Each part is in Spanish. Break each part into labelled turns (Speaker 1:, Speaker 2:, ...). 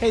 Speaker 1: Hey,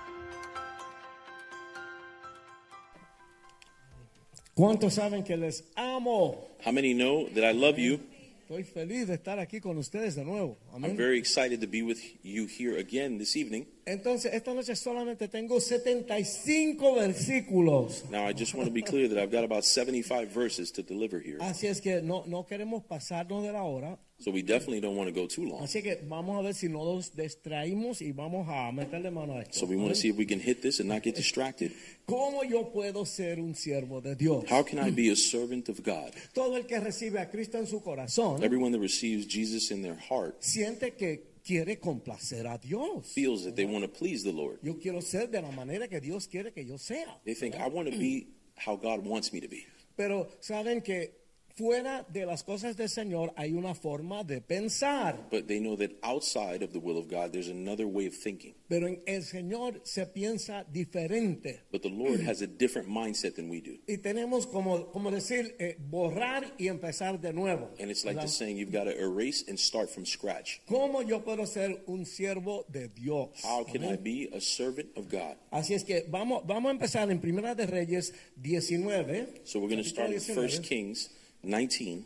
Speaker 2: ¿Cuántos saben que les amo?
Speaker 3: How many know that I love you?
Speaker 2: Estoy feliz de estar aquí con ustedes de nuevo.
Speaker 3: I'm
Speaker 2: Amén.
Speaker 3: very excited to be with you here again this evening.
Speaker 2: Entonces, esta noche solamente tengo 75 versículos.
Speaker 3: Now, I just want to be clear that I've got about 75 verses to deliver here.
Speaker 2: Así es que no, no queremos pasarnos de la hora.
Speaker 3: So we definitely don't want to go too long.
Speaker 2: Así que vamos a ver si no nos distraímos y vamos a meterle mano a esto.
Speaker 3: So we
Speaker 2: Amén.
Speaker 3: want to see if we can hit this and not get distracted.
Speaker 2: ¿Cómo yo puedo ser un siervo de Dios?
Speaker 3: How can I be a servant of God?
Speaker 2: Todo el que recibe a Cristo en su corazón
Speaker 3: Everyone that receives Jesus in their heart
Speaker 2: siente que quiere complacer a Dios.
Speaker 3: feels that they want to please the Lord.
Speaker 2: Yo quiero ser de la manera que Dios quiere que yo sea.
Speaker 3: They think, I want to be how God wants me to be.
Speaker 2: Pero saben que fuera de las cosas del Señor hay una forma de pensar.
Speaker 3: But they know that outside of the will of God, there's another way of thinking.
Speaker 2: Pero en el Señor se piensa diferente.
Speaker 3: But the Lord has a different mindset than we do.
Speaker 2: Y tenemos como, como decir, eh, borrar y empezar de nuevo.
Speaker 3: And it's like
Speaker 2: ¿verdad?
Speaker 3: the saying, you've got to erase and start from scratch.
Speaker 2: ¿Cómo yo puedo ser un siervo de Dios?
Speaker 3: How can I
Speaker 2: Amén.
Speaker 3: be a servant of God?
Speaker 2: Así es que vamos, vamos a empezar en Primera de Reyes 19,
Speaker 3: So we're going to start with
Speaker 2: Capítulo 19.
Speaker 3: 1 Kings 19,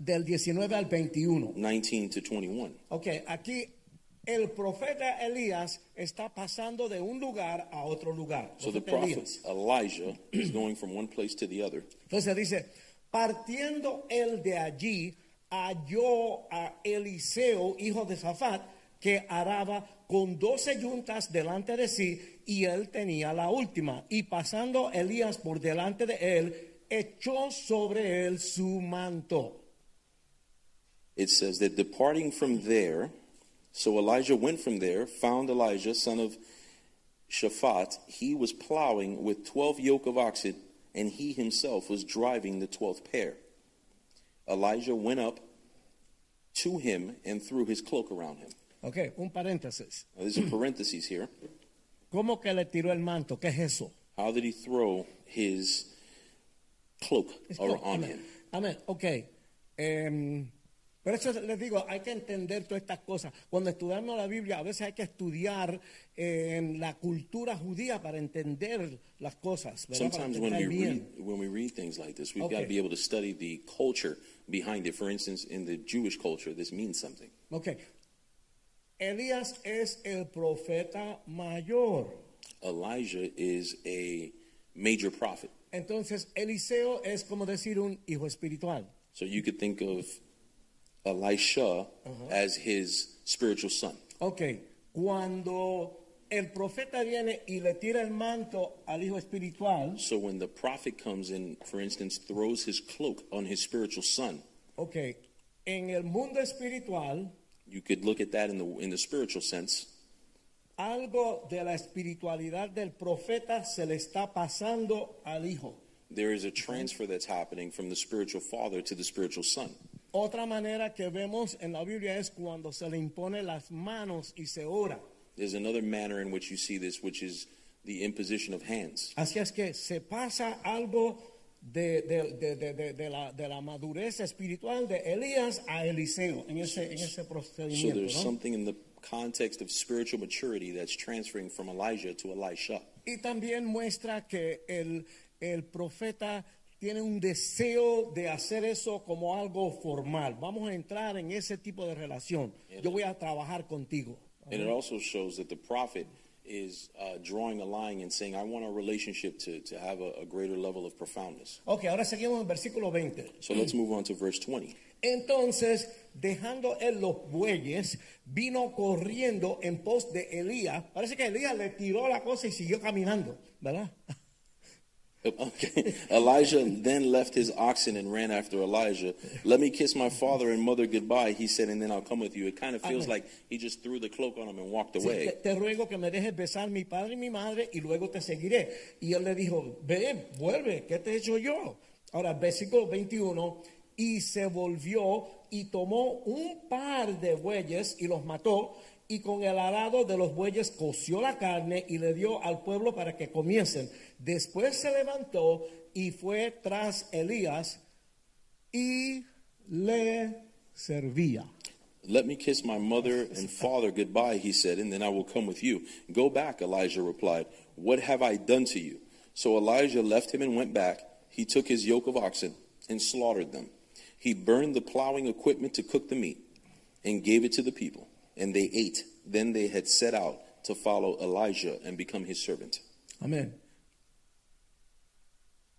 Speaker 2: del 19 al 21.
Speaker 3: 19 to 21.
Speaker 2: Ok, aquí el profeta Elías está pasando de un lugar a otro lugar.
Speaker 3: So the
Speaker 2: Profeta
Speaker 3: prophet
Speaker 2: Elías.
Speaker 3: Elijah is going from one place to the other.
Speaker 2: Entonces dice, partiendo él de allí, halló a Eliseo, hijo de Zafat, que araba con doce yuntas delante de sí, y él tenía la última. Y pasando Elías por delante de él, echó sobre él su manto.
Speaker 3: It says that departing from there, so Elijah went from there, found Elijah, son of Shaphat. He was plowing with 12 yoke of oxen, and he himself was driving the 12th pair. Elijah went up to him and threw his cloak around him.
Speaker 2: Ok, un paréntesis.
Speaker 3: Now, there's a parentheses here.
Speaker 2: ¿Cómo que le tiró el manto? ¿Qué es eso?
Speaker 3: How did he throw his cloak
Speaker 2: Es
Speaker 3: or
Speaker 2: como-
Speaker 3: on
Speaker 2: amén.
Speaker 3: him?
Speaker 2: Amén. Ok. Em, por eso les digo, hay que entender todas estas cosas. Cuando estudiamos la Biblia, a veces hay que estudiar em, la cultura judía para entender las cosas. ¿verdad? Para
Speaker 3: Sometimes when we
Speaker 2: entender
Speaker 3: read
Speaker 2: bien.
Speaker 3: when we read things like this, we've got
Speaker 2: Okay.
Speaker 3: to be able to study the culture behind it. For instance, in the Jewish culture, this means something.
Speaker 2: Ok. Elías es el profeta mayor.
Speaker 3: Elijah is a major prophet,
Speaker 2: Entonces, Eliseo es como decir un hijo espiritual.
Speaker 3: so you could think of Elisha as his spiritual son.
Speaker 2: Ok. Cuando el profeta viene y le tira el manto al hijo espiritual.
Speaker 3: So when the prophet comes in, for instance, throws his cloak on his spiritual son,
Speaker 2: Ok, en el mundo espiritual,
Speaker 3: you could look at that in the in the spiritual sense.
Speaker 2: algo de la espiritualidad del profeta se le está pasando al hijo.
Speaker 3: there is a transfer that's happening from the spiritual father to the spiritual son.
Speaker 2: Otra manera que vemos en la Biblia es cuando se le impone las manos y se ora.
Speaker 3: There's another manner in which you see this, which is the imposition of hands.
Speaker 2: Así es que se pasa algo de, de- de- de- de- de la, de la madurez espiritual de Elías a Eliseo en ese, en ese
Speaker 3: So
Speaker 2: procedimiento.
Speaker 3: there's
Speaker 2: ¿no?
Speaker 3: something in the context of spiritual maturity that's transferring from Elijah to Elisha.
Speaker 2: Y también muestra que el, el profeta tiene un deseo de hacer eso como algo formal. Vamos a entrar en ese tipo de relación. Yo voy a trabajar contigo.
Speaker 3: And it also shows that the prophet is uh, drawing a line and saying, I want our relationship to, to have a, a greater level of profoundness.
Speaker 2: Ok, ahora seguimos en versículo 20.
Speaker 3: So let's move on to verse 20.
Speaker 2: Entonces, dejando él los bueyes, vino corriendo en pos de Elías. Parece que Elías le tiró la cosa y siguió caminando, ¿verdad?
Speaker 3: Okay. Elijah then left his oxen and ran after Elijah. Let me kiss my father and mother goodbye, he said, and then I'll come with you. It kind of feels
Speaker 2: Amen.
Speaker 3: like he just threw the cloak on him and walked
Speaker 2: Sí, te,
Speaker 3: away.
Speaker 2: te ruego que me dejes besar mi padre y mi madre y luego te seguiré. Y él le dijo, ve, vuelve, ¿qué te he hecho yo? Ahora, versículo 21, y se volvió y tomó un par de bueyes y los mató y con el arado de los bueyes coció la carne y le dio al pueblo para que comiesen. Después se levantó y fue tras Elías y le servía.
Speaker 3: Let me kiss my mother and father goodbye, he said, and then I will come with you. Go back, Elijah replied. What have I done to you? So Elijah left him and went back. He took his yoke of oxen and slaughtered them. He burned the plowing equipment to cook the meat and gave it to the people, and they ate. Then they had set out to follow Elijah and become his servant.
Speaker 2: Amén.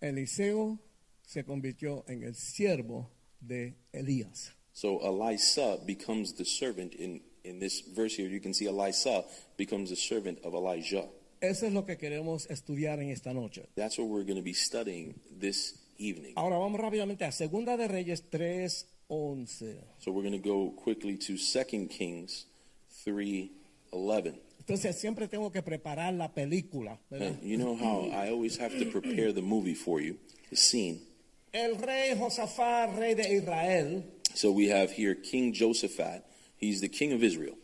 Speaker 2: Eliseo se convirtió en el siervo de Elías.
Speaker 3: So Elisha becomes the servant in, in this verse here. You can see Elisha becomes the servant of Elijah.
Speaker 2: Eso es lo que queremos estudiar en esta noche.
Speaker 3: That's what we're going to be studying this evening.
Speaker 2: Ahora vamos rápidamente a Segunda de Reyes 3:11.
Speaker 3: So we're going to go quickly to 2 Kings 3:11.
Speaker 2: Entonces siempre tengo que preparar la película. ¿verdad?
Speaker 3: And You know how I always have to prepare the movie for you, the scene.
Speaker 2: El rey Josafá, rey de Israel,
Speaker 3: So we have here King Josaphat. He's the king of Israel.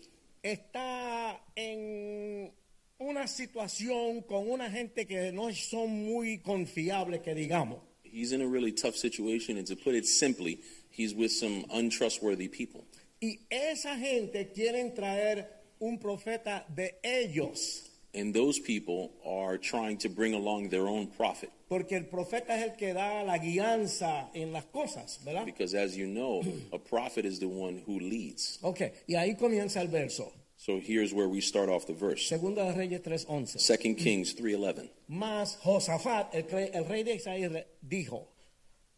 Speaker 2: está en una situación con una gente que no son muy confiables, que digamos.
Speaker 3: He's in a really tough situation, and to put it simply, he's with some untrustworthy people.
Speaker 2: Y esa gente quieren traer un profeta de ellos.
Speaker 3: And those people are trying to bring along their own prophet.
Speaker 2: Porque el profeta es el que da la guianza en las cosas, ¿verdad?
Speaker 3: Because as you know, a prophet is the one who leads.
Speaker 2: Ok, y ahí comienza el verso.
Speaker 3: So here's where we start off the verse.
Speaker 2: Segunda de Reyes 3:11.
Speaker 3: 2 Kings 3:11.
Speaker 2: Mas Josafat, el, cre- el rey de Israel, dijo,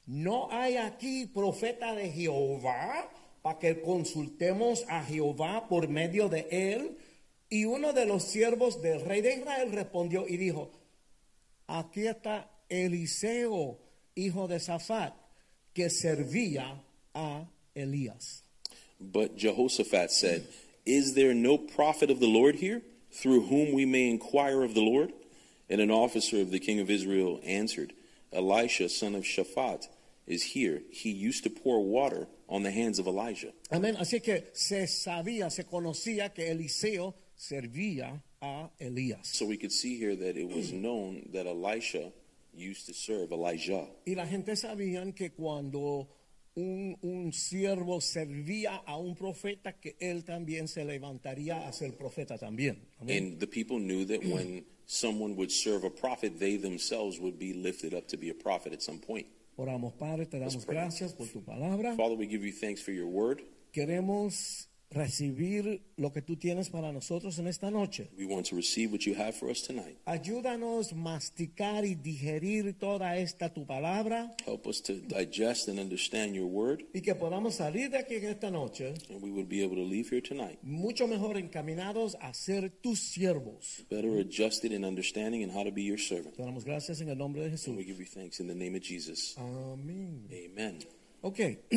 Speaker 2: ¿no hay aquí profeta de Jehová para que consultemos a Jehová por medio de él? Y uno de los siervos del rey de Israel respondió y dijo, aquí está Eliseo, hijo de Safat, que servía a Elías.
Speaker 3: But Jehoshaphat said, Is there no prophet of the Lord here through whom we may inquire of the Lord? And an officer of the king of Israel answered, Elisha, son of Shaphat, is here. He used to pour water on the hands of Elijah.
Speaker 2: Amén. Así que se sabía, se conocía que Eliseo servía a Elías.
Speaker 3: So we could see here that it was known that Elisha used to serve Elijah.
Speaker 2: Y la gente sabían que cuando un, un siervo servía a un profeta, que él también se levantaría a ser profeta también. Amén.
Speaker 3: And the people knew that when someone would serve a prophet, they themselves would be lifted up to be a prophet at some point.
Speaker 2: Oramos, Padre, te damos
Speaker 3: pray.
Speaker 2: gracias por tu palabra.
Speaker 3: Father, we give you thanks for your word.
Speaker 2: Queremos recibir lo que tú tienes para nosotros en esta noche.
Speaker 3: We want to receive what you have for us tonight.
Speaker 2: Ayúdanos a masticar y digerir toda esta tu palabra
Speaker 3: Help us to digest and understand your word,
Speaker 2: y que podamos salir de aquí en esta noche
Speaker 3: and we would be able to leave here tonight
Speaker 2: mucho mejor encaminados a ser tus siervos.
Speaker 3: better adjusted in understanding and how to be your servant.
Speaker 2: Te damos gracias en el nombre de
Speaker 3: And
Speaker 2: Jesús.
Speaker 3: we give you thanks in the name of Jesus.
Speaker 2: Amén.
Speaker 3: Amen.
Speaker 2: Ok,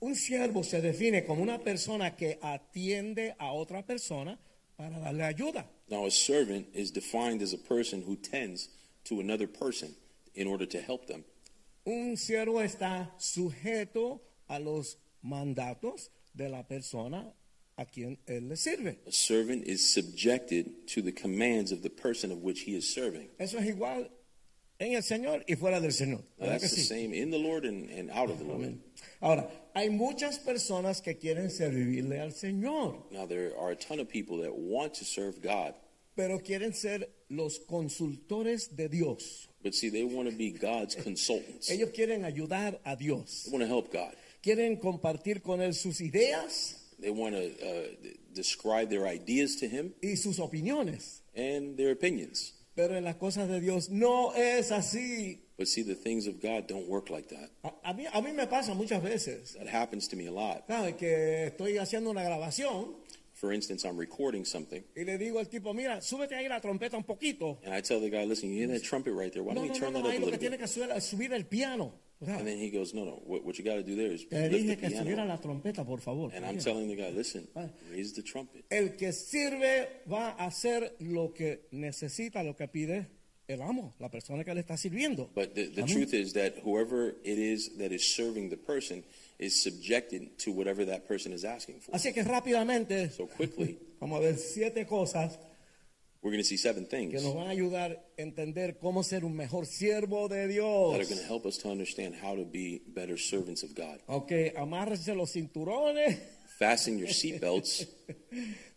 Speaker 2: un siervo se define como una persona que atiende a otra persona para darle ayuda.
Speaker 3: Now, a servant is defined as a person who tends to another person in order to help them.
Speaker 2: Un siervo está sujeto a los mandatos de la persona a quien él le sirve.
Speaker 3: A servant is subjected to the commands of the person of which he is serving.
Speaker 2: Eso es igual en el Señor y fuera del Señor.
Speaker 3: Now,
Speaker 2: ¿verdad
Speaker 3: that's
Speaker 2: que
Speaker 3: the
Speaker 2: sí?
Speaker 3: same in the Lord and, and out of the Lord.
Speaker 2: Amén. Ahora, hay muchas personas que quieren servirle al Señor,
Speaker 3: Now, there are a ton of people that want to serve God,
Speaker 2: pero quieren ser los consultores de Dios.
Speaker 3: but see, they want to be God's consultants. They
Speaker 2: Ellos quieren ayudar a Dios.
Speaker 3: want to help God.
Speaker 2: quieren compartir con él sus ideas
Speaker 3: They want to uh, d- describe their ideas to him
Speaker 2: y sus opiniones.
Speaker 3: and their opinions.
Speaker 2: Pero en las cosas de Dios no es así.
Speaker 3: But see, the things of God don't work like that.
Speaker 2: A, a mí, a mí me pasa muchas veces.
Speaker 3: That happens to me a lot.
Speaker 2: ¿Sabes? Que estoy haciendo una grabación
Speaker 3: For instance, I'm recording something,
Speaker 2: y le digo al tipo, mira, súbete ahí la trompeta un poquito.
Speaker 3: and I tell the guy, listen, you hear that trumpet right there? Why
Speaker 2: No,
Speaker 3: don't
Speaker 2: no, no,
Speaker 3: we turn
Speaker 2: no,
Speaker 3: that
Speaker 2: ahí
Speaker 3: up a
Speaker 2: lo que
Speaker 3: little
Speaker 2: tiene
Speaker 3: bit?
Speaker 2: que subir es subir el piano. ¿verdad?
Speaker 3: And then he goes, no, no, what, what you got to do there is
Speaker 2: Te
Speaker 3: lift the
Speaker 2: dije que subiera
Speaker 3: piano.
Speaker 2: la trompeta, por favor.
Speaker 3: And I'm telling the guy, listen,
Speaker 2: Right.
Speaker 3: raise the trumpet.
Speaker 2: El que sirve va a hacer lo que necesita, lo que pide el amo, la persona que le está sirviendo.
Speaker 3: But the, the
Speaker 2: Amén.
Speaker 3: truth is that whoever it is that is serving the person is subjected to whatever that person is asking for.
Speaker 2: Así que rápidamente,
Speaker 3: So quickly,
Speaker 2: vamos a ver siete cosas
Speaker 3: we're going to see seven
Speaker 2: que
Speaker 3: things
Speaker 2: nos
Speaker 3: that
Speaker 2: van a ayudar a entender cómo ser un mejor siervo de
Speaker 3: are
Speaker 2: Dios.
Speaker 3: going to help us to understand how to be better servants of God.
Speaker 2: Ok, amárrense los cinturones,
Speaker 3: Fasten your seatbelts.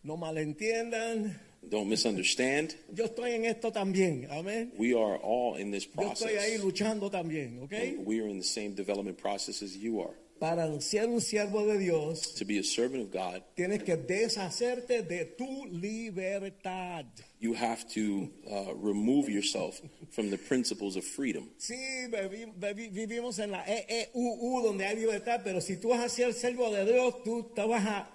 Speaker 2: no malentiendan.
Speaker 3: Don't misunderstand.
Speaker 2: Yo estoy en esto también, amén.
Speaker 3: We are all in this
Speaker 2: Yo estoy ahí
Speaker 3: process.
Speaker 2: luchando también, ok.
Speaker 3: And We are in the same development process as you are.
Speaker 2: Para ser un siervo de Dios,
Speaker 3: To be a servant of God,
Speaker 2: tienes que deshacerte de tu libertad.
Speaker 3: you have to uh, remove yourself from the principles of freedom.
Speaker 2: Sí, bebi- bebi- vivimos en la E EEUU donde hay libertad, pero si tú vas a ser siervo de Dios, tú te vas a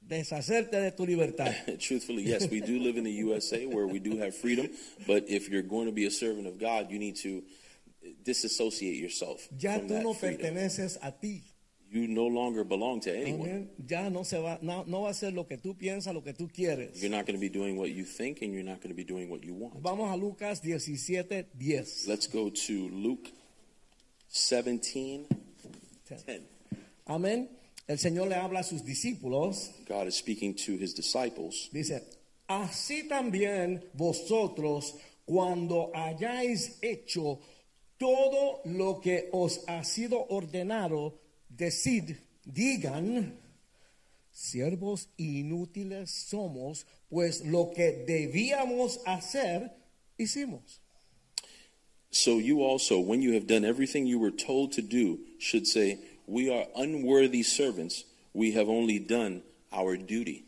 Speaker 2: deshacerte de tu libertad.
Speaker 3: Truthfully, yes, we do live in the USA where we do have freedom, but if you're going to be a servant of God, you need to disassociate yourself
Speaker 2: Ya
Speaker 3: from
Speaker 2: tú
Speaker 3: that
Speaker 2: no
Speaker 3: freedom.
Speaker 2: perteneces a ti.
Speaker 3: You no longer belong to anyone.
Speaker 2: Amén. Ya no se va, no, no va a ser lo que tú piensas, lo que tú quieres.
Speaker 3: You're not going to be doing what you think, and you're not going to be doing what you want.
Speaker 2: Vamos a Lucas 17, 10.
Speaker 3: Let's go to Luke 17 10.
Speaker 2: Amén. El Señor le habla a sus discípulos.
Speaker 3: God is speaking to his disciples.
Speaker 2: Dice, así también vosotros cuando hayáis hecho todo lo que os ha sido ordenado, decid, digan, siervos inútiles somos, pues lo que debíamos hacer, hicimos.
Speaker 3: So you also, when you have done everything you were told to do, should say, We are unworthy servants. We have only done our duty.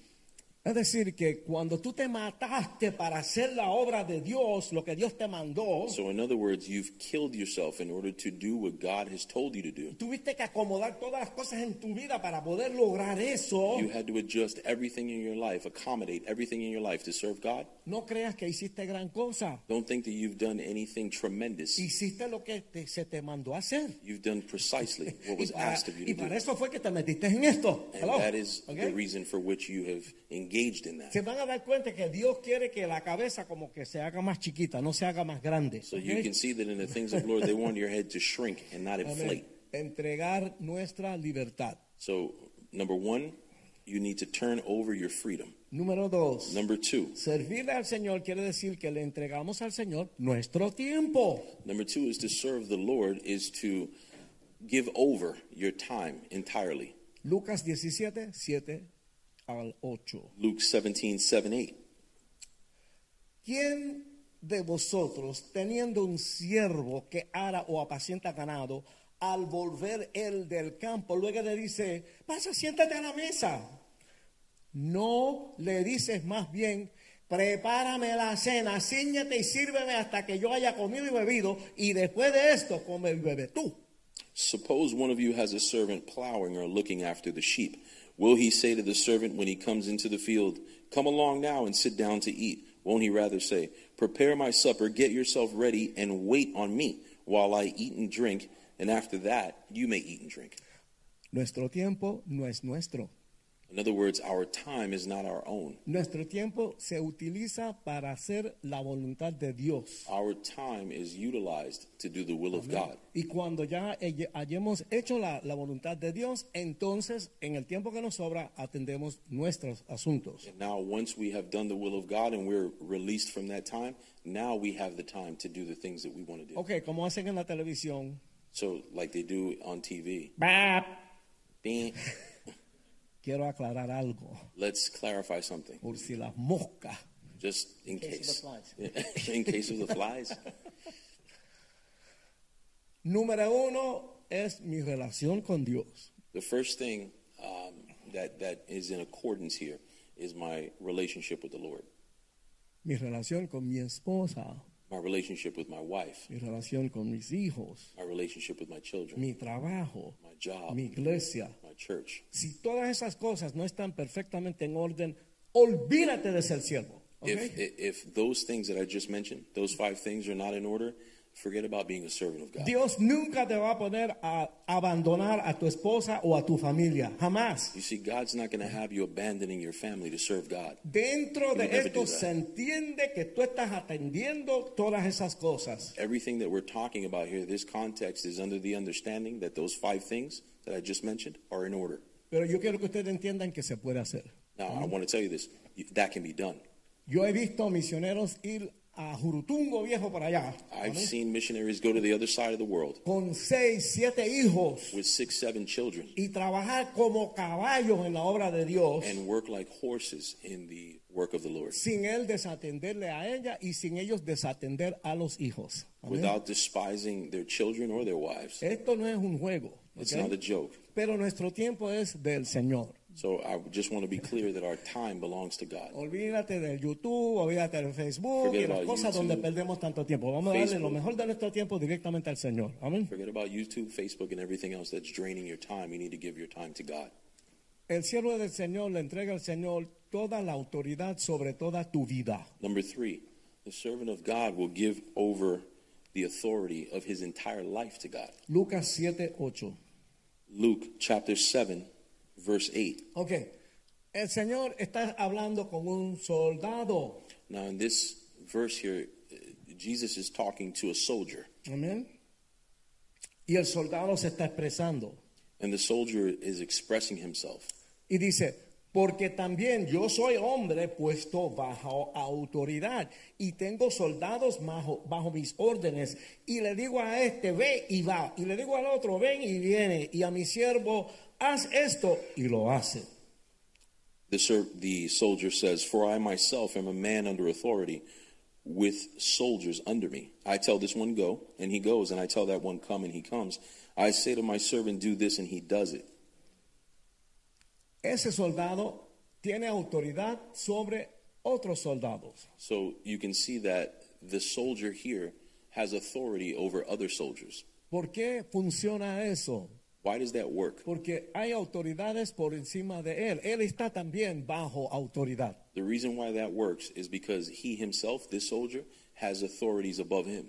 Speaker 2: Es decir, que cuando tú te mataste para hacer la obra de Dios, lo que Dios te mandó,
Speaker 3: So, in other words, you've killed yourself in order to do what God has told you to do.
Speaker 2: tuviste que acomodar todas las cosas en tu vida para poder lograr eso.
Speaker 3: You had to adjust everything in your life, accommodate everything in your life to serve God.
Speaker 2: No creas que hiciste gran cosa.
Speaker 3: Don't think that you've done anything tremendous.
Speaker 2: Hiciste lo que te- se te mandó a hacer.
Speaker 3: You've done precisely what
Speaker 2: Y
Speaker 3: was
Speaker 2: para,
Speaker 3: asked of you
Speaker 2: y
Speaker 3: to
Speaker 2: para
Speaker 3: do.
Speaker 2: eso fue que te metiste en esto.
Speaker 3: And
Speaker 2: Hello.
Speaker 3: that is
Speaker 2: ¿Ok?
Speaker 3: the reason for which you have engaged in that.
Speaker 2: Se van a dar cuenta que Dios quiere que la cabeza como que se haga más chiquita, no se haga más grande.
Speaker 3: So
Speaker 2: ¿ok?
Speaker 3: you can see that in the things of the Lord, they want your head to shrink and not
Speaker 2: Amén.
Speaker 3: inflate.
Speaker 2: Entregar nuestra libertad.
Speaker 3: So, number one, you need to turn over your freedom.
Speaker 2: Número dos.
Speaker 3: Number two,
Speaker 2: Servirle al Señor quiere decir que le entregamos al Señor nuestro tiempo.
Speaker 3: number two is to serve the Lord is to give over your time entirely.
Speaker 2: Lucas 17, 7 al 8.
Speaker 3: Luke 17, 7, 8.
Speaker 2: ¿Quién de vosotros, teniendo un siervo que ara o apacienta ganado, al volver él del campo, luego le dice, pasa, siéntate a la mesa? No le dices más bien, prepárame la cena, ciñete y sírveme hasta que yo haya comido y bebido, y después de esto come y bebe tú.
Speaker 3: Suppose one of you has a servant plowing or looking after the sheep. Will he say to the servant when he comes into the field, Come along now and sit down to eat? Won't he rather say, Prepare my supper, get yourself ready, and wait on me while I eat and drink, and after that you may eat and drink?
Speaker 2: Nuestro tiempo no es nuestro.
Speaker 3: In other words, our time is not our own.
Speaker 2: Nuestro tiempo se utiliza para hacer la voluntad de Dios.
Speaker 3: Our time is utilized to do the will of God.
Speaker 2: Y cuando ya heye- hayamos hecho la, la voluntad de Dios, entonces en el tiempo que nos sobra atendemos nuestros asuntos.
Speaker 3: And now, once we have done the will of God and we're released from that time, now we have the time to do the things that we want to do.
Speaker 2: Ok, como hacen en la televisión.
Speaker 3: So, like they do on TV.
Speaker 2: ¡Bap!
Speaker 3: Bing.
Speaker 2: Quiero aclarar algo,
Speaker 3: Let's clarify something,
Speaker 2: por si las moscas.
Speaker 3: just in
Speaker 2: case
Speaker 3: case.
Speaker 2: of
Speaker 3: in case of the flies.
Speaker 2: Número uno es mi relación con Dios.
Speaker 3: The first thing um, that, that is in accordance here is my relationship with the Lord,
Speaker 2: Mi relación con mi esposa,
Speaker 3: my relationship with my wife,
Speaker 2: mi relación con mis hijos,
Speaker 3: my relationship with my children,
Speaker 2: mi trabajo,
Speaker 3: my job,
Speaker 2: mi iglesia.
Speaker 3: my church.
Speaker 2: Si todas esas cosas no están perfectamente en orden, olvídate de ser siervo. ¿ok?
Speaker 3: If, if those things that I just mentioned, those five things are not in order, Forget about being a servant of God.
Speaker 2: Dios nunca te va a poner a abandonar a tu esposa o a tu familia, jamás.
Speaker 3: You see, God's not going to have you abandoning your family to serve God.
Speaker 2: Dentro de
Speaker 3: He would never
Speaker 2: esto
Speaker 3: do that.
Speaker 2: se entiende que tú estás atendiendo todas esas cosas.
Speaker 3: Everything that we're talking about here, this context is under the understanding that those five things that I just mentioned are in order.
Speaker 2: Pero yo quiero que ustedes entiendan que se puede hacer.
Speaker 3: Now, I want to tell you this You- that can be done.
Speaker 2: Yo he visto misioneros ir a Jurutungo Viejo para allá ¿vale?
Speaker 3: I've seen missionaries go to the other side of the world
Speaker 2: con seis, siete hijos
Speaker 3: with six, seven children
Speaker 2: y trabajar como caballos en la obra de Dios
Speaker 3: and work like horses in the work of the Lord
Speaker 2: sin él desatenderle a ella y sin ellos desatender a los hijos. ¿Amén?
Speaker 3: without despising their children or their wives.
Speaker 2: Esto no es un juego,
Speaker 3: It's
Speaker 2: ¿ok?
Speaker 3: not a joke.
Speaker 2: pero nuestro tiempo es del Señor.
Speaker 3: So I just want to be clear that our time belongs to God.
Speaker 2: Olvídate del YouTube, olvídate del Facebook
Speaker 3: Forget
Speaker 2: y las
Speaker 3: about
Speaker 2: cosas
Speaker 3: YouTube,
Speaker 2: donde perdemos tanto tiempo. Vamos a darle lo
Speaker 3: Facebook.
Speaker 2: mejor de nuestro tiempo directamente al Señor. Amén.
Speaker 3: Forget about YouTube, Facebook, and everything else that's draining your time. You need to give your time to God.
Speaker 2: El siervo del Señor le entrega al Señor toda la autoridad sobre toda tu vida.
Speaker 3: Number three, the servant of God will give over the authority of his entire life to God.
Speaker 2: Lucas 7, 8.
Speaker 3: Luke chapter 7, verse 8.
Speaker 2: Ok, el Señor está hablando con un soldado.
Speaker 3: Now, in this verse here, uh, Jesus is talking to a soldier,
Speaker 2: Amén. Y el soldado se está expresando.
Speaker 3: and the soldier is expressing himself.
Speaker 2: Y dice, porque también yo soy hombre puesto bajo autoridad y tengo soldados bajo, bajo mis órdenes. Y le digo a este, ve y va. Y le digo al otro, ven y viene. Y a mi siervo, haz esto y lo hace.
Speaker 3: The, ser- the soldier says, For I myself am a man under authority with soldiers under me. I tell this one, go, and he goes, and I tell that one, come, and he comes. I say to my servant, do this, and he does it.
Speaker 2: Ese soldado tiene autoridad sobre otros soldados.
Speaker 3: So you can see that the soldier here has authority over other soldiers.
Speaker 2: ¿Por qué funciona eso?
Speaker 3: Why does that work?
Speaker 2: Porque hay autoridades por encima de él. Él está también bajo autoridad.
Speaker 3: The reason why that works is because he himself, this soldier, has authorities above him.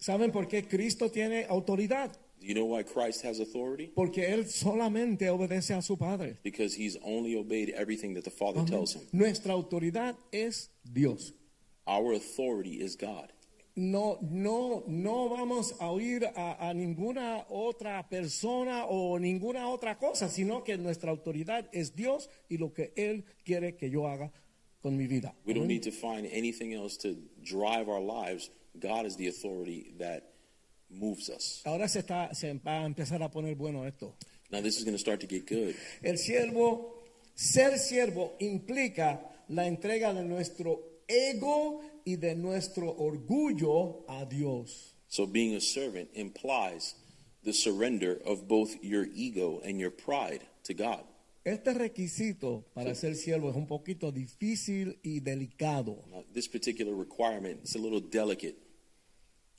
Speaker 2: ¿Saben por qué Cristo tiene autoridad?
Speaker 3: Do you know why Christ has authority?
Speaker 2: Porque él solamente obedece a su Padre.
Speaker 3: Because he's only obeyed everything that the Father tells him.
Speaker 2: Nuestra autoridad es Dios.
Speaker 3: Our authority is God.
Speaker 2: No, no, no vamos a oír a, a ninguna otra persona o ninguna otra cosa, sino que nuestra autoridad es Dios y lo que Él quiere que yo haga con mi vida.
Speaker 3: We don't need to find anything else to drive our lives. God is the authority that moves us.
Speaker 2: Ahora se, está, se va a empezar a poner bueno esto.
Speaker 3: Now, this is going to start to get good.
Speaker 2: El siervo, ser siervo implica la entrega de nuestro ego y de nuestro orgullo a Dios.
Speaker 3: So, being a servant implies the surrender of both your ego and your pride to God.
Speaker 2: Este requisito para ser siervo es un poquito difícil y delicado.
Speaker 3: Now, this particular requirement is a little delicate.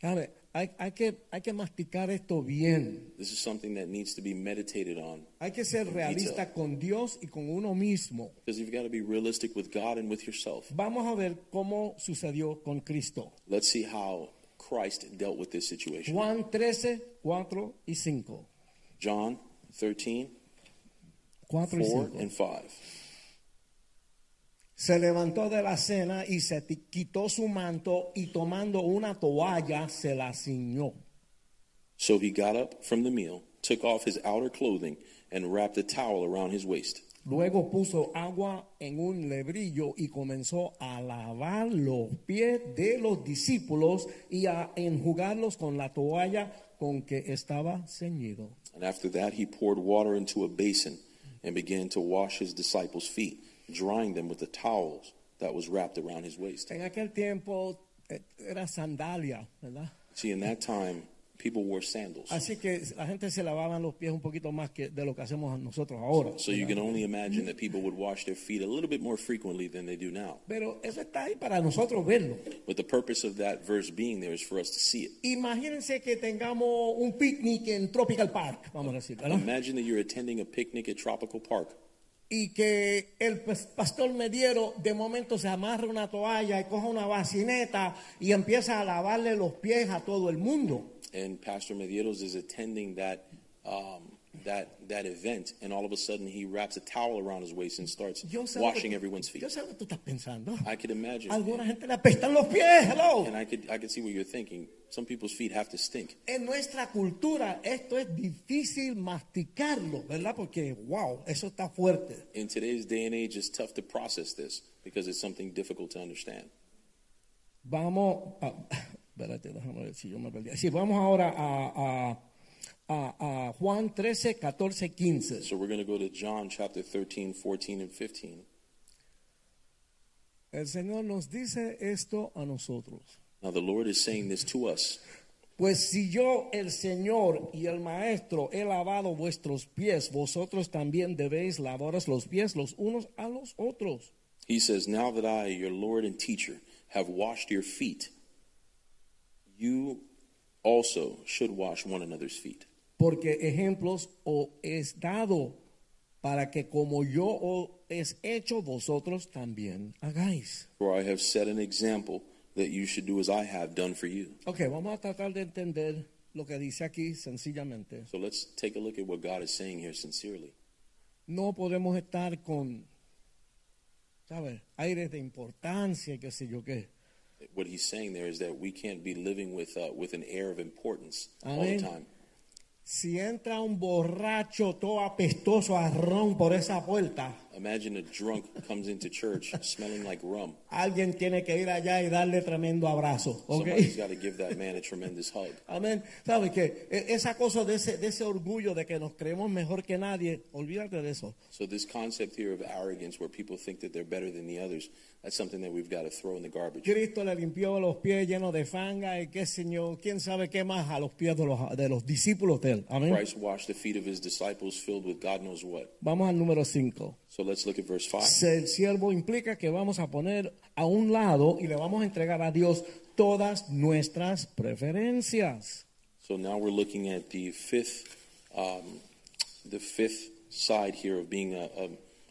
Speaker 2: Sabe, Hay, hay que, hay que masticar esto bien.
Speaker 3: This is something that needs to be meditated on.
Speaker 2: Hay que ser
Speaker 3: in
Speaker 2: realista
Speaker 3: detail.
Speaker 2: con Dios y con uno mismo.
Speaker 3: Because you've got to be realistic with God and with yourself.
Speaker 2: Vamos a ver cómo sucedió con Cristo.
Speaker 3: Let's see how Christ dealt with this situation.
Speaker 2: Juan 13, 4 y 5.
Speaker 3: John 13,
Speaker 2: 4 y
Speaker 3: 4
Speaker 2: 5.
Speaker 3: and 5.
Speaker 2: Se levantó de la cena y se ti- quitó su manto y tomando una toalla se la ciñó.
Speaker 3: So he got up from the meal, took off his outer clothing, and wrapped a towel around his waist.
Speaker 2: Luego puso agua en un lebrillo y comenzó a lavar los pies de los discípulos y a enjugarlos con la toalla con que estaba ceñido.
Speaker 3: And after that, he poured water into a basin and began to wash his disciples' feet, drying them with the towels that was wrapped around his waist.
Speaker 2: En aquel tiempo eh, era sandalia, ¿verdad?
Speaker 3: See, in that time, people wore sandals.
Speaker 2: Así que la gente se lavaba los pies un poquito más que de lo que hacemos nosotros ahora.
Speaker 3: So you can only imagine that people would wash their feet a little bit more frequently than they do now.
Speaker 2: Pero eso está ahí para nosotros verlo.
Speaker 3: But the purpose of that verse being there is for us to see it.
Speaker 2: Imagínense que tengamos un picnic en Tropical Park, vamos a decir, ¿verdad?
Speaker 3: Imagine that you're attending a picnic at Tropical Park.
Speaker 2: y que el pas- pastor Mediero de momento se amarra una toalla y coja una bacineta y empieza a lavarle los pies a todo el mundo.
Speaker 3: and Pastor Medeiros is attending that um, that that event, and all of a sudden he wraps a towel around his waist and starts
Speaker 2: Yo sé, lo que
Speaker 3: washing
Speaker 2: tú-
Speaker 3: everyone's feet.
Speaker 2: yo sé lo que tú estás pensando.
Speaker 3: I could imagine,
Speaker 2: Alguna gente le apestan los pies, hello.
Speaker 3: and I could I could see what you're thinking. Some people's feet have to stink.
Speaker 2: En nuestra cultura esto es difícil masticarlo, ¿verdad? Porque, wow, eso está fuerte.
Speaker 3: In today's day and age, it's tough to process this because it's something difficult to understand.
Speaker 2: Vamos, a, espérate, déjame ver si yo me perdí. Sí, vamos ahora a, a- a- a Juan 13, 14, 15.
Speaker 3: So we're going to go to John chapter 13, 14, and 15.
Speaker 2: El Señor nos dice esto a nosotros.
Speaker 3: Now the Lord is saying this to us.
Speaker 2: Pues si yo, el Señor y el Maestro, he lavado vuestros pies, vosotros también debéis lavaros los pies los unos a los otros.
Speaker 3: He says, Now that I, your Lord and teacher, have washed your feet, you also should wash one another's feet.
Speaker 2: Porque ejemplos os es dado para que como yo os he hecho, vosotros también hagáis.
Speaker 3: For I have set an example that you should do as I have done for you.
Speaker 2: Ok, vamos a tratar de entender lo que dice aquí sencillamente.
Speaker 3: So let's take a look at what God is saying here sincerely.
Speaker 2: No podemos estar con, ¿sabes? Aires de importancia y qué sé yo qué.
Speaker 3: What he's saying there is that we can't be living with, uh, with an air of importance all
Speaker 2: Amén.
Speaker 3: the time.
Speaker 2: Si entra un borracho todo apestoso a ron por esa puerta,
Speaker 3: Imagine a drunk comes into church smelling like rum.
Speaker 2: alguien tiene que ir allá y darle tremendo abrazo. ¿ok?
Speaker 3: Somebody's got to give that man a tremendous hug.
Speaker 2: Amén. ¿Sabes qué? E- Esa cosa de ese, de ese orgullo de que nos creemos mejor que nadie, olvídate de eso.
Speaker 3: So this concept here of arrogance, where people think that they're better than the others, that's something that we've got to throw in the garbage.
Speaker 2: Cristo le limpió los pies llenos de fanga y qué señor, quién sabe qué más a los pies de los, de los discípulos de él. Amén.
Speaker 3: Christ washed the feet of his disciples filled with God knows what.
Speaker 2: Vamos al número 5.
Speaker 3: So let's look at verse 5.
Speaker 2: El siervo implica que vamos a poner a un lado y le vamos a entregar a Dios todas nuestras preferencias.
Speaker 3: So now we're looking at the fifth, um, the fifth side here of being a,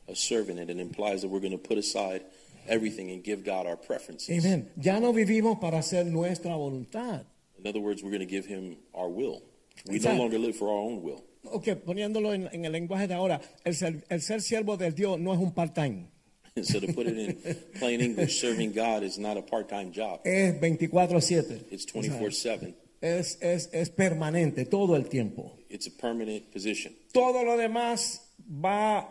Speaker 3: a, a servant, and it implies that we're going to put aside everything and give God our preferences.
Speaker 2: Amén. Ya no vivimos para hacer nuestra voluntad.
Speaker 3: In other words, we're going to give him our will. We
Speaker 2: Exacto.
Speaker 3: no longer live for our own will.
Speaker 2: Ok, poniéndolo en, en el lenguaje de ahora, el ser, el ser siervo del Dios no es un part-time,
Speaker 3: so to put it in plain English, serving God is not a part-time job.
Speaker 2: es 24-7.
Speaker 3: It's 24/7.
Speaker 2: Es, es, es permanente, todo el tiempo.
Speaker 3: It's a permanent position.
Speaker 2: Todo lo demás va,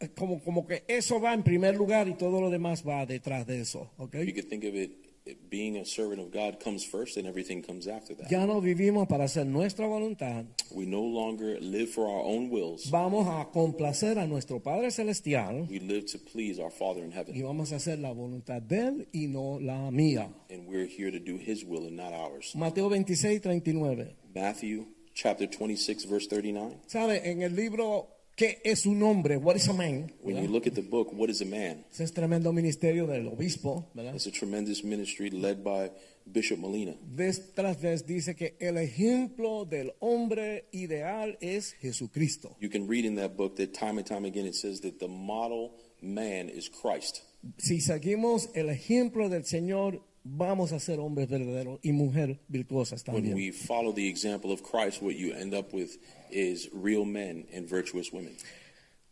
Speaker 2: eh, como, como que eso va en primer lugar y todo lo demás va detrás de eso. ok
Speaker 3: You could think of it, it being a servant of God comes first and everything comes after that.
Speaker 2: Ya no vivimos para hacer nuestra voluntad,
Speaker 3: We no longer live for our own wills.
Speaker 2: vamos a complacer a nuestro Padre Celestial
Speaker 3: We live to please our Father in
Speaker 2: y
Speaker 3: heaven.
Speaker 2: vamos a hacer la voluntad de Él y no la mía.
Speaker 3: And we're here to do his will and not ours.
Speaker 2: Mateo 26, 39.
Speaker 3: Matthew chapter 26 verse 39.
Speaker 2: ¿Sabe? En el libro, ¿qué es un hombre? What is a man?
Speaker 3: When you look at the book, what is a man?
Speaker 2: Ese es tremendo ministerio del obispo, ¿verdad?
Speaker 3: It's a tremendous ministry led by Bishop Molina.
Speaker 2: Vez tras vez dice que el ejemplo del hombre ideal es Jesucristo.
Speaker 3: You can read in that book that time and time again it says that the model man is Christ.
Speaker 2: Si seguimos el ejemplo del Señor, vamos a ser hombres verdaderos y mujeres virtuosas
Speaker 3: When
Speaker 2: también.
Speaker 3: we follow the example of Christ, what you end up with is real men and virtuous women.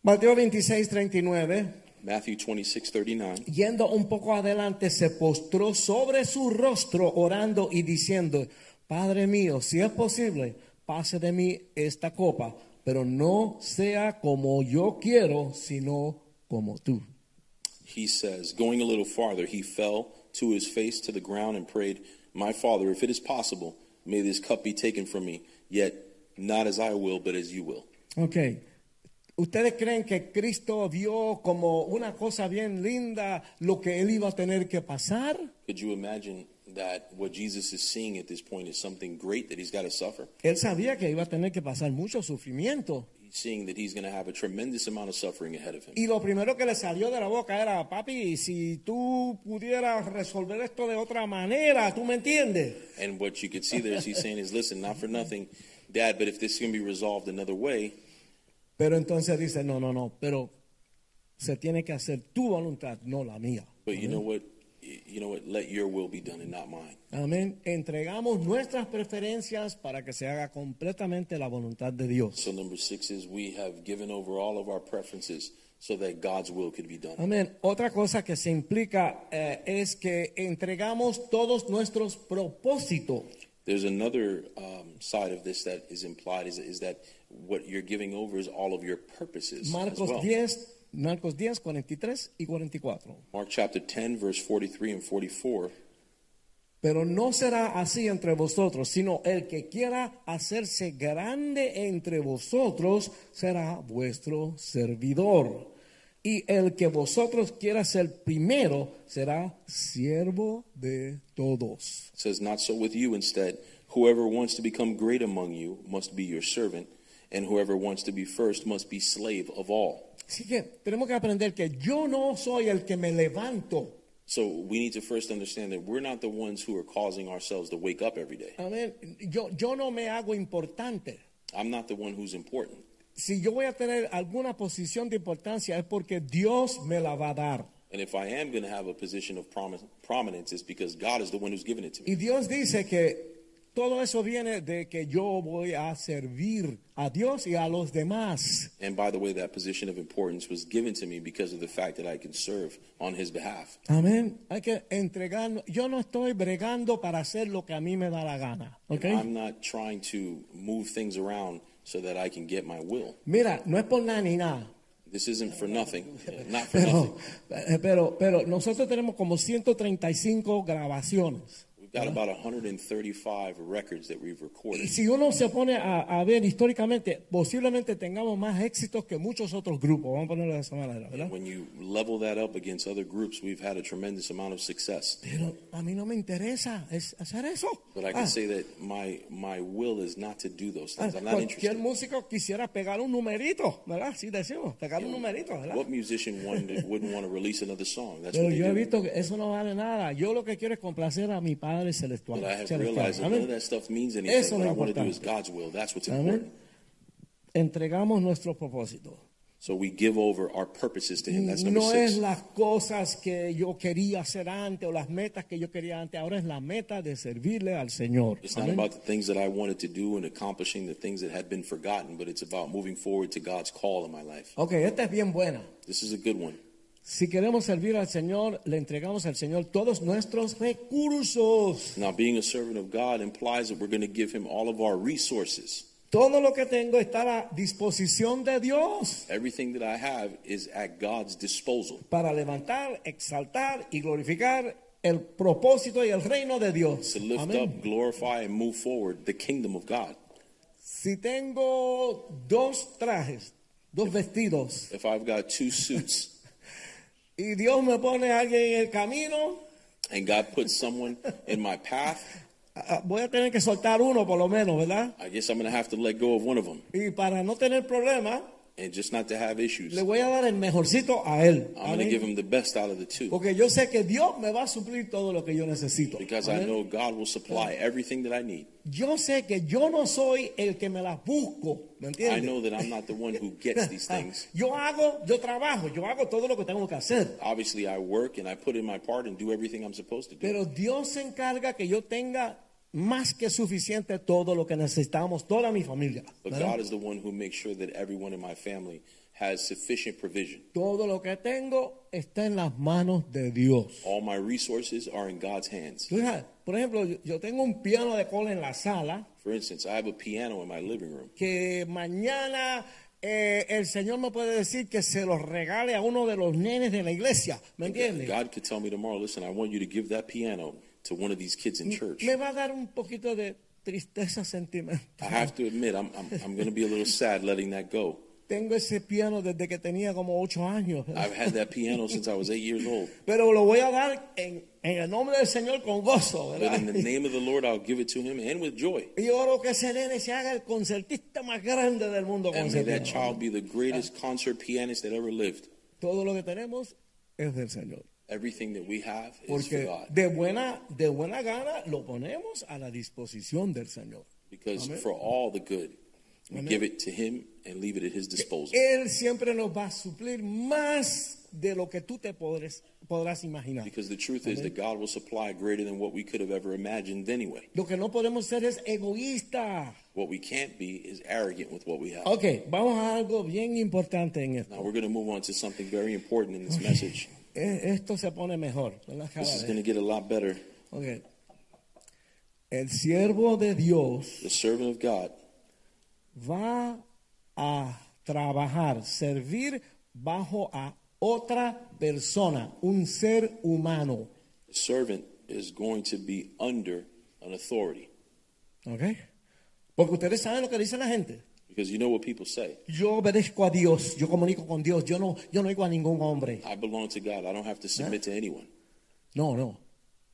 Speaker 2: Mateo 26, 39.
Speaker 3: Matthew 26, 39.
Speaker 2: Yendo un poco adelante, se postró sobre su rostro orando y diciendo, Padre mío, si es posible, pase de mí esta copa, pero no sea como yo quiero, sino como tú.
Speaker 3: He says, going a little farther, he fell to his face to the ground and prayed, My Father, if it is possible, may this cup be taken from me, yet not as I will, but as you will.
Speaker 2: Ok. ¿Ustedes creen que Cristo vio como una cosa bien linda lo que él iba a tener que pasar?
Speaker 3: Could you imagine that what Jesus is seeing at this point is something great that he's got to suffer?
Speaker 2: Él sabía que iba a tener que pasar mucho sufrimiento.
Speaker 3: He's seeing that he's going to have a tremendous amount of suffering ahead of him.
Speaker 2: Y lo primero que le salió de la boca era, papi, si tú pudieras resolver esto de otra manera, ¿tú me entiendes?
Speaker 3: And what you could see there is he's saying is, Listen, not for nothing, Dad, but if this can be resolved another way,
Speaker 2: Pero entonces dice, no, no, no, pero se tiene que hacer tu voluntad, no la mía.
Speaker 3: But you know what? Y- You know what? Let your will be done and not mine.
Speaker 2: Amén. Entregamos nuestras preferencias para que se haga completamente la voluntad de Dios.
Speaker 3: So number six is we have given over all of our preferences so that God's will could be done.
Speaker 2: Amén. Otra cosa que se implica eh, es que entregamos todos nuestros propósitos.
Speaker 3: There's another um, side of this that is implied is, is that what you're giving over is all of your purposes as
Speaker 2: Marcos
Speaker 3: well.
Speaker 2: 10, Marcos 10, 43 y 44.
Speaker 3: Mark chapter 10, verse 43 and 44.
Speaker 2: Pero no será así entre vosotros, sino el que quiera hacerse grande entre vosotros será vuestro servidor. Y el que vosotros quiera ser primero será siervo de todos.
Speaker 3: It says, Not so with you. Instead, whoever wants to become great among you must be your servant, and whoever wants to be first must be slave of all.
Speaker 2: Así que tenemos que aprender que yo no soy el que me levanto.
Speaker 3: So we need to first understand that we're not the ones who are causing ourselves to wake up every day.
Speaker 2: Amén. Yo, yo no me hago importante.
Speaker 3: I'm not the one who's important.
Speaker 2: Si yo voy a tener alguna posición de importancia es porque Dios me la va a dar.
Speaker 3: And if I am going to have a position of promi- prominence, it's because God is the one who's given it to me.
Speaker 2: Y Dios dice que todo eso viene de que yo voy a servir a Dios y a los demás.
Speaker 3: And by the way, that position of importance was given to me because of the fact that I can serve on His behalf.
Speaker 2: Amén. Hay que entregar. Yo no estoy bregando para hacer lo que a mí me da la gana. ¿ok?
Speaker 3: I'm not trying to move things around so that I can get my will.
Speaker 2: Mira, no es por nada ni nada.
Speaker 3: This isn't for nothing, not for
Speaker 2: Pero,
Speaker 3: nothing.
Speaker 2: eh, pero, pero nosotros tenemos como 135 grabaciones.
Speaker 3: We've got about 135 records that we've
Speaker 2: Y
Speaker 3: recorded.
Speaker 2: si uno se pone a, a ver históricamente, posiblemente tengamos más éxitos que muchos otros grupos. Vamos a ponerlo de esa manera, ¿verdad?
Speaker 3: When you level that up against other groups, we've had a tremendous amount of success.
Speaker 2: Pero a mí no me interesa es hacer eso.
Speaker 3: But I can
Speaker 2: Ah,
Speaker 3: say that my my will is not to do those
Speaker 2: ah,
Speaker 3: things. I'm not
Speaker 2: cualquier
Speaker 3: interested.
Speaker 2: músico quisiera pegar un numerito, ¿verdad? Así decimos, pegar un numerito, ¿verdad?
Speaker 3: What musician wanted, wouldn't want to release another song? That's
Speaker 2: Pero
Speaker 3: what they
Speaker 2: yo he
Speaker 3: do.
Speaker 2: visto que eso no vale nada. Yo lo que quiero es complacer a mi Padre Celestial.
Speaker 3: But I have
Speaker 2: celestial.
Speaker 3: realized that
Speaker 2: Amén.
Speaker 3: none of that stuff means anything.
Speaker 2: Eso
Speaker 3: What I
Speaker 2: lo
Speaker 3: want to do
Speaker 2: importante.
Speaker 3: is God's will. That's what's
Speaker 2: Amén.
Speaker 3: important.
Speaker 2: Entregamos nuestro propósito.
Speaker 3: So we give over our purposes to Him. That's number
Speaker 2: No
Speaker 3: six.
Speaker 2: es las cosas que yo quería hacer antes o las metas que yo quería antes. Ahora es la meta de servirle al Señor.
Speaker 3: It's not
Speaker 2: Amén.
Speaker 3: about the things that I wanted to do and accomplishing the things that had been forgotten, but it's about moving forward to God's call in my life.
Speaker 2: Ok, esta es bien buena.
Speaker 3: This is a good one.
Speaker 2: Si queremos servir al Señor, le entregamos al Señor todos nuestros recursos.
Speaker 3: Now, being a servant of God implies that we're going to give Him all of our resources.
Speaker 2: Todo lo que tengo está a la disposición de Dios
Speaker 3: Everything that I have is at God's disposal
Speaker 2: para levantar, exaltar y glorificar el propósito y el reino de Dios.
Speaker 3: to lift
Speaker 2: Amén.
Speaker 3: up, glorify, and move forward the kingdom of God.
Speaker 2: Si tengo dos trajes, dos vestidos,
Speaker 3: If I've got two suits
Speaker 2: y Dios me pone a alguien en el camino,
Speaker 3: and God puts someone in my path,
Speaker 2: a- a- voy a tener que soltar uno por lo menos, ¿verdad?
Speaker 3: I guess I'm going to have to let go of one of them
Speaker 2: Y para no tener problemas,
Speaker 3: and just not to have issues.
Speaker 2: le voy a dar el mejorcito a él.
Speaker 3: I'm going to
Speaker 2: Amén.
Speaker 3: give Him the best out of the two.
Speaker 2: Porque yo sé que Dios me va a suplir todo lo que yo necesito.
Speaker 3: Because I
Speaker 2: Amén.
Speaker 3: know God will supply everything that I need.
Speaker 2: Yo sé que yo no soy el que me las busco. ¿Me
Speaker 3: I
Speaker 2: entiendes?
Speaker 3: know that I'm not the one who gets these
Speaker 2: Ah,
Speaker 3: things.
Speaker 2: Yo hago, yo trabajo, yo hago todo lo que tengo que hacer.
Speaker 3: Obviously, I work and I put in my part and do everything I'm supposed to do.
Speaker 2: Pero Dios se encarga que yo tenga más que suficiente todo lo que necesitamos, toda mi familia.
Speaker 3: But
Speaker 2: ¿verdad?
Speaker 3: God is the one who makes sure that everyone in my family has sufficient provision.
Speaker 2: Todo lo que tengo está en las manos de Dios.
Speaker 3: All my resources are in God's hands.
Speaker 2: Tú sabes, Por ejemplo, yo- yo tengo un piano de cola en la sala
Speaker 3: For instance, I have a piano in my living room.
Speaker 2: que mañana eh, el Señor me puede decir que se los regale a uno de los nenes de la iglesia. ¿Me entiendes?
Speaker 3: God could tell me tomorrow, listen, I want you to give that piano to one of these kids in church.
Speaker 2: Me va a dar un poquito de tristeza
Speaker 3: I
Speaker 2: sentimental.
Speaker 3: have to admit, I'm, I'm, I'm going to be a little sad letting that go.
Speaker 2: Tengo ese piano desde que tenía como ocho años.
Speaker 3: I've had that piano since I was eight years old.
Speaker 2: Pero lo voy a dar en, en el nombre del Señor con gozo,
Speaker 3: But
Speaker 2: ¿verdad?
Speaker 3: in the name of the Lord, I'll give it to him and with joy.
Speaker 2: Y oro que ese nene se haga el concertista más grande del mundo. con
Speaker 3: And may
Speaker 2: ese
Speaker 3: that
Speaker 2: piano.
Speaker 3: child be the greatest concert pianist that ever lived.
Speaker 2: Todo lo que tenemos es del Señor.
Speaker 3: Everything that we have is for
Speaker 2: Porque
Speaker 3: God.
Speaker 2: de buena, de buena gana lo ponemos a la disposición del Señor.
Speaker 3: Because for all the good, We give it to him and leave it at his disposal.
Speaker 2: Él siempre nos va a suplir más de lo que tú te podres- podrás imaginar.
Speaker 3: Because the truth is that God will supply greater than what we could have ever imagined anyway.
Speaker 2: Lo que no podemos ser es egoísta.
Speaker 3: What we can't be is arrogant with what we have.
Speaker 2: Ok, vamos a algo bien importante en esto.
Speaker 3: Now Uh, we're going to move on to something very important in this message.
Speaker 2: E- Esto se pone mejor. ¿verdad? Cada
Speaker 3: This is
Speaker 2: vez.
Speaker 3: going to get a lot better.
Speaker 2: Ok. El siervo de Dios
Speaker 3: The servant of God
Speaker 2: va a trabajar, servir bajo a otra persona, un ser humano.
Speaker 3: The servant is going to be under an authority.
Speaker 2: ¿Ok? Porque ustedes saben lo que dice la gente.
Speaker 3: Because you know what people say
Speaker 2: Yo obedezco a Dios, yo comunico con Dios, yo no, yo no oigo a ningún hombre.
Speaker 3: I belong to God, I don't have to submit to anyone.
Speaker 2: No, no.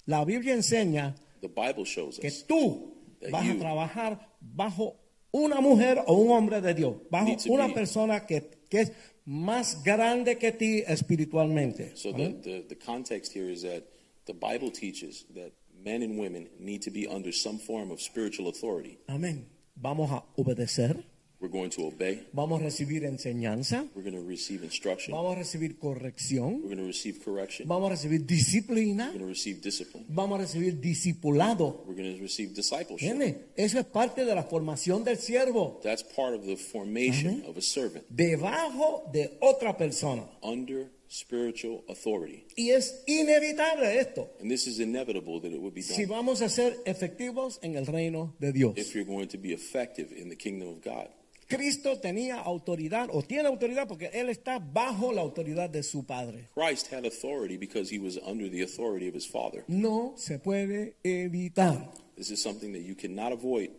Speaker 2: La Biblia enseña
Speaker 3: The Bible shows
Speaker 2: que
Speaker 3: us
Speaker 2: tú
Speaker 3: That
Speaker 2: vas a
Speaker 3: Eh, you
Speaker 2: trabajar bajo una mujer o un hombre de Dios, bajo
Speaker 3: Need to
Speaker 2: una
Speaker 3: be-
Speaker 2: persona que, que es más grande que ti espiritualmente.
Speaker 3: so the, the, the context here is that the Bible teaches that men and women need to be under some form of spiritual authority.
Speaker 2: Amén. Vamos a obedecer,
Speaker 3: We're going to obey,
Speaker 2: vamos a recibir enseñanza,
Speaker 3: we're going to receive instruction,
Speaker 2: vamos a recibir corrección,
Speaker 3: we're going to receive correction,
Speaker 2: vamos a recibir disciplina,
Speaker 3: we're going to receive discipline,
Speaker 2: vamos a recibir discipulado.
Speaker 3: we're going to receive discipleship.
Speaker 2: ¿Entiendes? Eso es parte de la formación del siervo,
Speaker 3: That's part of the formation
Speaker 2: Mm-hmm.
Speaker 3: of a servant
Speaker 2: debajo de otra persona.
Speaker 3: under spiritual authority.
Speaker 2: Y es inevitable esto.
Speaker 3: And this is inevitable that it would be done.
Speaker 2: si vamos a ser efectivos en el reino de Dios.
Speaker 3: if you're going to be effective in the kingdom of God.
Speaker 2: Cristo tenía autoridad o tiene autoridad porque Él está bajo la autoridad de su Padre.
Speaker 3: Christ had authority because he was under the authority of his Father.
Speaker 2: No se puede evitar.
Speaker 3: This is something that you cannot avoid.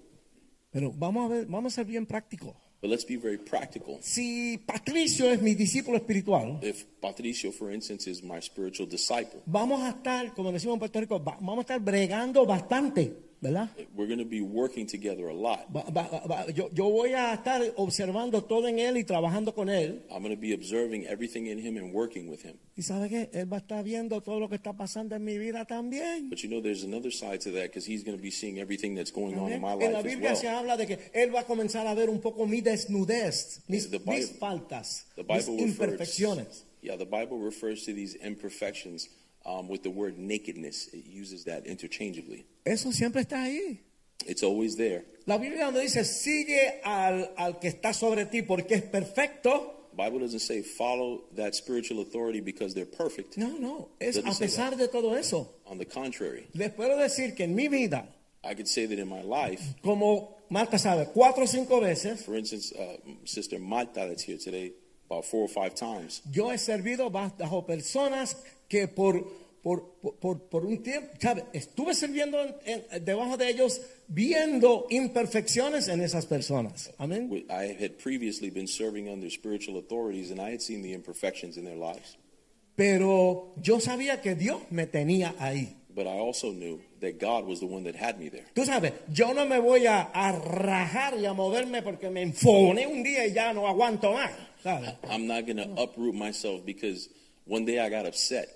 Speaker 2: Pero vamos a ver, vamos a ser bien prácticos.
Speaker 3: But let's be very practical.
Speaker 2: Si Patricio es mi discípulo espiritual,
Speaker 3: If Patricio, for instance, is my spiritual disciple,
Speaker 2: vamos a estar, como decimos en Puerto Rico, va- vamos a estar bregando bastante, ¿verdad?
Speaker 3: we're going to be working together a lot.
Speaker 2: Va- va- va- va- yo, yo voy a estar observando todo en él y trabajando con él.
Speaker 3: I'm going to be observing everything in him and working with him.
Speaker 2: Y sabe qué? Él va a estar viendo todo lo que está pasando en mi vida también.
Speaker 3: But you know, there's another side to that because he's going to be seeing everything that's going on in my
Speaker 2: En la
Speaker 3: life
Speaker 2: Biblia
Speaker 3: as
Speaker 2: se
Speaker 3: well.
Speaker 2: habla de que él va a comenzar a ver un poco mi desnudez, mis,
Speaker 3: The Bible-
Speaker 2: mis faltas,
Speaker 3: The
Speaker 2: mis
Speaker 3: Bible refers,
Speaker 2: imperfecciones.
Speaker 3: yeah, the Bible refers to these imperfections um, with the word nakedness. It uses that interchangeably.
Speaker 2: Eso siempre está ahí.
Speaker 3: It's always there.
Speaker 2: La Biblia donde dice, sigue al, al que está sobre ti porque es perfecto.
Speaker 3: The Bible doesn't say follow that spiritual authority because they're perfect.
Speaker 2: No, no, es
Speaker 3: Doesn't
Speaker 2: a
Speaker 3: say
Speaker 2: pesar de todo eso.
Speaker 3: On the contrary,
Speaker 2: Les puedo decir que en mi vida,
Speaker 3: I could say that in my life,
Speaker 2: como Marta sabe, cuatro o cinco veces,
Speaker 3: for instance, uh, Sister Marta that's here today, about four or five times,
Speaker 2: yo he servido bajo personas que por... Por, por- por, por un tiempo, ¿sabe? estuve sirviendo en- en- debajo de ellos viendo imperfecciones en esas personas. Amén.
Speaker 3: wi- I had previously been serving under spiritual authorities and I had seen the imperfections in their lives.
Speaker 2: Pero yo sabía que Dios me tenía ahí.
Speaker 3: But I also knew that God was the one that had me there.
Speaker 2: Tú sabes, yo no me voy a, a rajar y a moverme porque me enfogoné un día y ya no aguanto más. ¿sabes?
Speaker 3: I'm not going to uproot myself because one day I got upset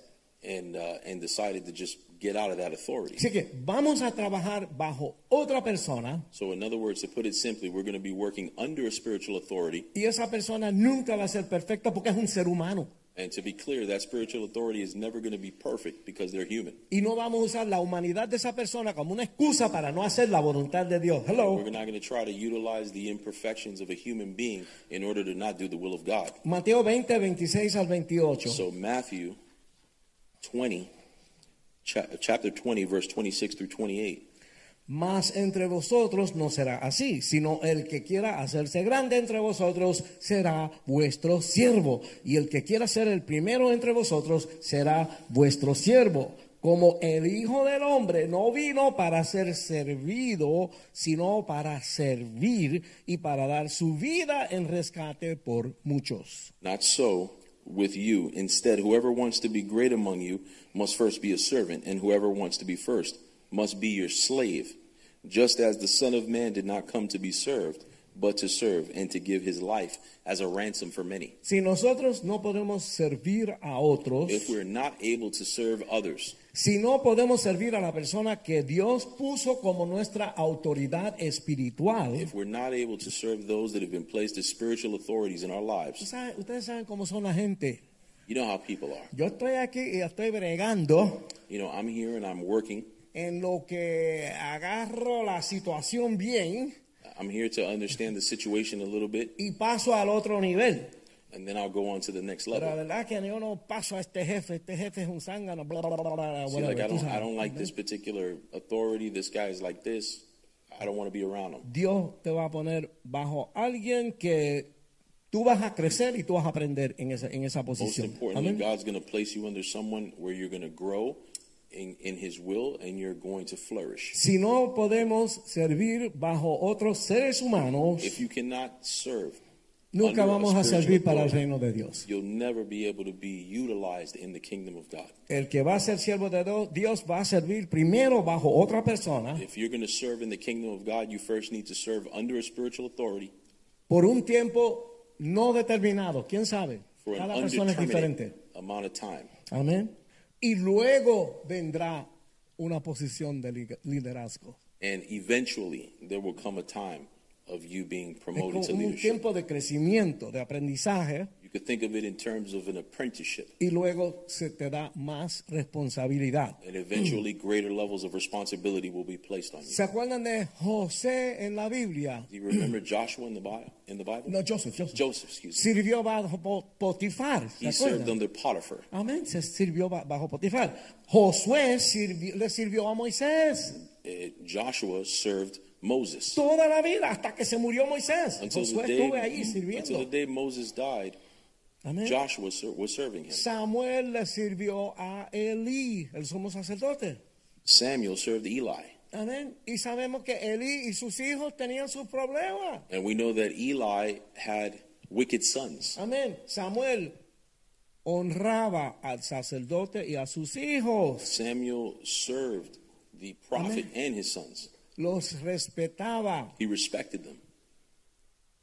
Speaker 3: and, uh, and decided to just get out of that authority.
Speaker 2: Así que vamos a trabajar bajo otra persona
Speaker 3: So, in other words, to put it simply, we're going to be working under a spiritual authority
Speaker 2: y esa persona nunca va a ser perfecta porque es un ser humano.
Speaker 3: And to be clear, that spiritual authority is never going to be perfect because they're human.
Speaker 2: Y no vamos a usar la humanidad de esa persona como una excusa para no hacer la voluntad de Dios. Hello.
Speaker 3: We're not going to try to utilize the imperfections of a human being in order to not do the will of God.
Speaker 2: Mateo 20, 26 al 28.
Speaker 3: So, Matthew 20, cha- chapter 20, verse 26 through 28.
Speaker 2: Mas entre vosotros no será así, sino el que quiera hacerse grande entre vosotros será vuestro siervo, y el que quiera ser el primero entre vosotros será vuestro siervo. Como el Hijo del Hombre no vino para ser servido, sino para servir y para dar su vida en rescate por muchos.
Speaker 3: Not so with you. Instead, whoever wants to be great among you must first be a servant, and whoever wants to be first must be your slave. Just as the Son of Man did not come to be served, but to serve and to give his life as a ransom for many.
Speaker 2: Si nosotros no podemos servir a otros,
Speaker 3: if we're not able to serve others,
Speaker 2: Si no podemos servir a la persona que Dios puso como nuestra autoridad espiritual,
Speaker 3: If we're not able to serve those that have been placed as spiritual authorities in our lives,
Speaker 2: ¿sabe- ustedes saben cómo son la gente.
Speaker 3: you know how people are.
Speaker 2: Yo estoy aquí y estoy bregando
Speaker 3: You know, I'm here and I'm working.
Speaker 2: en lo que agarro la situación bien
Speaker 3: I'm here to understand the situation a little bit,
Speaker 2: y paso al otro nivel.
Speaker 3: and then I'll go on to the next
Speaker 2: Pero la
Speaker 3: level.
Speaker 2: verdad que yo no paso a este jefe, este jefe es un zángano, bla, bla, bla, bla, bla,
Speaker 3: See,
Speaker 2: whatever,
Speaker 3: like I
Speaker 2: tú
Speaker 3: don't,
Speaker 2: sabes.
Speaker 3: I don't like this particular authority. This guy is like this. I don't want to be around him.
Speaker 2: Dios te va a poner bajo alguien que tú vas a crecer y tú vas a aprender en esa, en esa
Speaker 3: Most
Speaker 2: posición.
Speaker 3: importantly,
Speaker 2: Amén.
Speaker 3: God's going to place you under someone where you're going to grow in, in His will and you're going to flourish.
Speaker 2: Si no podemos servir bajo otros seres humanos,
Speaker 3: If you cannot serve, under
Speaker 2: nunca
Speaker 3: a
Speaker 2: vamos a
Speaker 3: spiritual
Speaker 2: servir para el
Speaker 3: authority,
Speaker 2: reino de Dios.
Speaker 3: You'll never be able to be utilized in the kingdom of God.
Speaker 2: El que va a ser siervo de Dios, Dios va a servir primero bajo otra persona
Speaker 3: If you're going to serve in the kingdom of God, you first need to serve under a spiritual authority
Speaker 2: por un tiempo no determinado. ¿Quién sabe?
Speaker 3: for an
Speaker 2: Cada persona es
Speaker 3: undetermined
Speaker 2: diferente.
Speaker 3: amount of time.
Speaker 2: Amén. Y luego vendrá una posición de liga- liderazgo.
Speaker 3: And eventually, there will come a time of you being
Speaker 2: Es
Speaker 3: promoted to
Speaker 2: como un
Speaker 3: leadership.
Speaker 2: tiempo de crecimiento, de aprendizaje,
Speaker 3: You could think of it in terms of an apprenticeship
Speaker 2: y luego se te da más responsabilidad.
Speaker 3: and eventually greater levels of responsibility will be placed on you.
Speaker 2: ¿Se acuerdan de José en la Biblia?
Speaker 3: Do you remember Joshua in the Bible? In the Bible?
Speaker 2: No, Joseph, Joseph.
Speaker 3: Joseph, excuse me.
Speaker 2: Sirvió bajo Po- Potifar. ¿Se
Speaker 3: He served
Speaker 2: acuerdan?
Speaker 3: under Potiphar.
Speaker 2: Amén, se sirvió ba- bajo Potifar. Josué sirvi- le sirvió a Moisés
Speaker 3: Eh, Joshua served Moses
Speaker 2: toda la vida hasta que se murió Moisés.
Speaker 3: until the
Speaker 2: Josué
Speaker 3: day,
Speaker 2: estuvo ahí
Speaker 3: until the
Speaker 2: sirviendo.
Speaker 3: day Moses died.
Speaker 2: Amén.
Speaker 3: Joshua ser, was serving him.
Speaker 2: Samuel le sirvió a Elí, el sumo sacerdote.
Speaker 3: Samuel served Eli,
Speaker 2: Amén. Y sabemos que Elí y sus hijos tenían sus problemas.
Speaker 3: and we know that Eli had wicked sons.
Speaker 2: Amén. Samuel honraba al sacerdote y a sus hijos.
Speaker 3: Samuel served the prophet and his sons.
Speaker 2: Los respetaba.
Speaker 3: He respected them.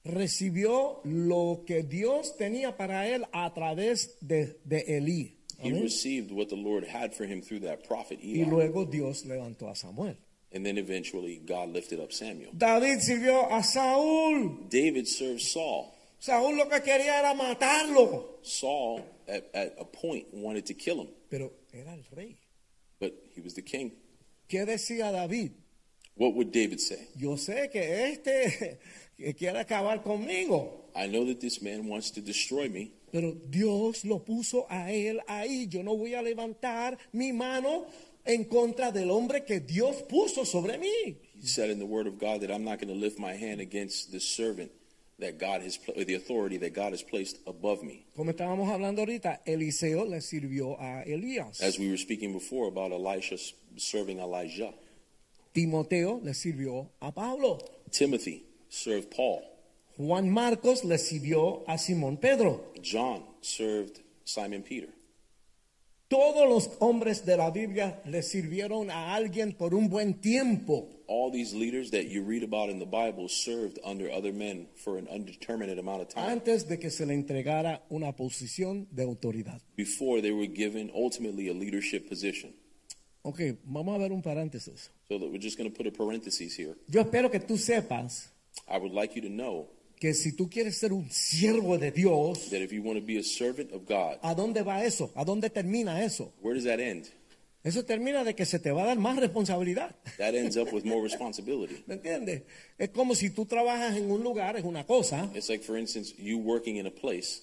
Speaker 2: Recibió lo que Dios tenía para él a través de, de Elí.
Speaker 3: He
Speaker 2: Amén.
Speaker 3: received what the Lord had for him through that prophet
Speaker 2: Y
Speaker 3: Eli,
Speaker 2: luego Dios levantó a Samuel.
Speaker 3: and then eventually God lifted up Samuel.
Speaker 2: David sirvió a Saúl.
Speaker 3: David served Saul.
Speaker 2: Saúl lo que quería era matarlo.
Speaker 3: Saul, at, at a point, wanted to kill him,
Speaker 2: Pero era el rey.
Speaker 3: but he was the king.
Speaker 2: ¿Qué decía David?
Speaker 3: What would David say?
Speaker 2: Yo sé que este que quiere acabar conmigo,
Speaker 3: I know that this man wants to destroy me,
Speaker 2: pero Dios lo puso a él ahí. Yo no voy a levantar mi mano en contra del hombre que Dios puso sobre mí.
Speaker 3: He said in the word of God that I'm not going to lift my hand against the servant that God has, pla- or the authority that God has placed above me.
Speaker 2: Como estábamos hablando ahorita, Eliseo le sirvió a Elías.
Speaker 3: As we were speaking before about Elisha s- serving Elijah,
Speaker 2: Timoteo le sirvió a Pablo.
Speaker 3: Timothy served Paul,
Speaker 2: Juan Marcos le sirvió a Simón Pedro.
Speaker 3: John served Simon Peter.
Speaker 2: Todos los hombres de la Biblia le sirvieron a alguien por un buen tiempo.
Speaker 3: All these leaders that you read about in the Bible served under other men for an undeterminate amount of time
Speaker 2: antes de que se le entregara una posición de autoridad.
Speaker 3: before they were given ultimately a leadership position.
Speaker 2: Ok, vamos a ver un paréntesis.
Speaker 3: So that we're just going to put a parenthesis here.
Speaker 2: Yo espero que tú sepas
Speaker 3: I would like you to know
Speaker 2: que si tú quieres ser un siervo de Dios,
Speaker 3: that if you want to be a servant of God,
Speaker 2: ¿a dónde va eso? ¿A dónde termina eso?
Speaker 3: where does that end?
Speaker 2: Eso termina de que se te va a dar más responsabilidad.
Speaker 3: that ends up with more responsibility.
Speaker 2: ¿Me entiendes? Es como si tú trabajas en un lugar, es una cosa,
Speaker 3: It's like, for instance, you working in a place,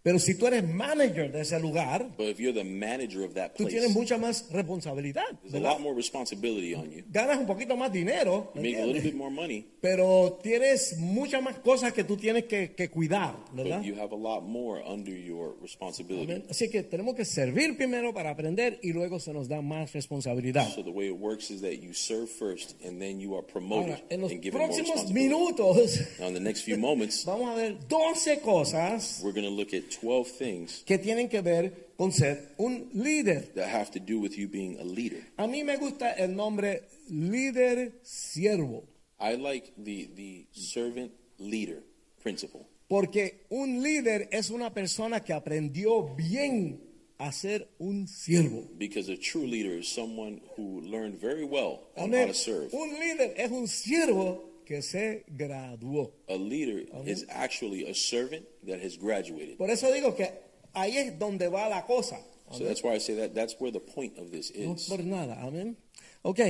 Speaker 2: pero si tú eres manager de ese lugar,
Speaker 3: but if you're the manager of that
Speaker 2: tú
Speaker 3: place,
Speaker 2: tienes mucha más responsabilidad.
Speaker 3: there's a
Speaker 2: ¿verdad?
Speaker 3: lot more responsibility on you.
Speaker 2: Ganas un poquito más dinero,
Speaker 3: You
Speaker 2: ¿me
Speaker 3: make a little
Speaker 2: entiendes?
Speaker 3: bit more money,
Speaker 2: pero tienes muchas más cosas que tú tienes que, que cuidar, ¿verdad?
Speaker 3: but you have a lot more under your responsibility.
Speaker 2: Amén. Así que tenemos que servir primero para aprender y luego se nos da más responsabilidad.
Speaker 3: So the way it works is that you serve first, and then you are promoted
Speaker 2: Ahora, en los
Speaker 3: and given more
Speaker 2: próximos
Speaker 3: responsibility.
Speaker 2: minutos
Speaker 3: Now, in the next few moments,
Speaker 2: vamos a ver 12 cosas
Speaker 3: we're going to look at 12 things
Speaker 2: que tienen que ver con ser un líder.
Speaker 3: that have to do with you being a leader.
Speaker 2: A mí me gusta el nombre líder siervo,
Speaker 3: I like the the servant leader principle.
Speaker 2: porque un líder es una persona que aprendió bien a ser un siervo.
Speaker 3: Because a true leader is someone who learned very well on how
Speaker 2: Amén.
Speaker 3: to serve.
Speaker 2: Un líder es un siervo que se graduó.
Speaker 3: A leader is actually a servant that has graduated.
Speaker 2: Por eso digo que ahí es donde va la cosa.
Speaker 3: So that's why I say that that's where the point of this
Speaker 2: No
Speaker 3: is.
Speaker 2: por nada, amén. Ok,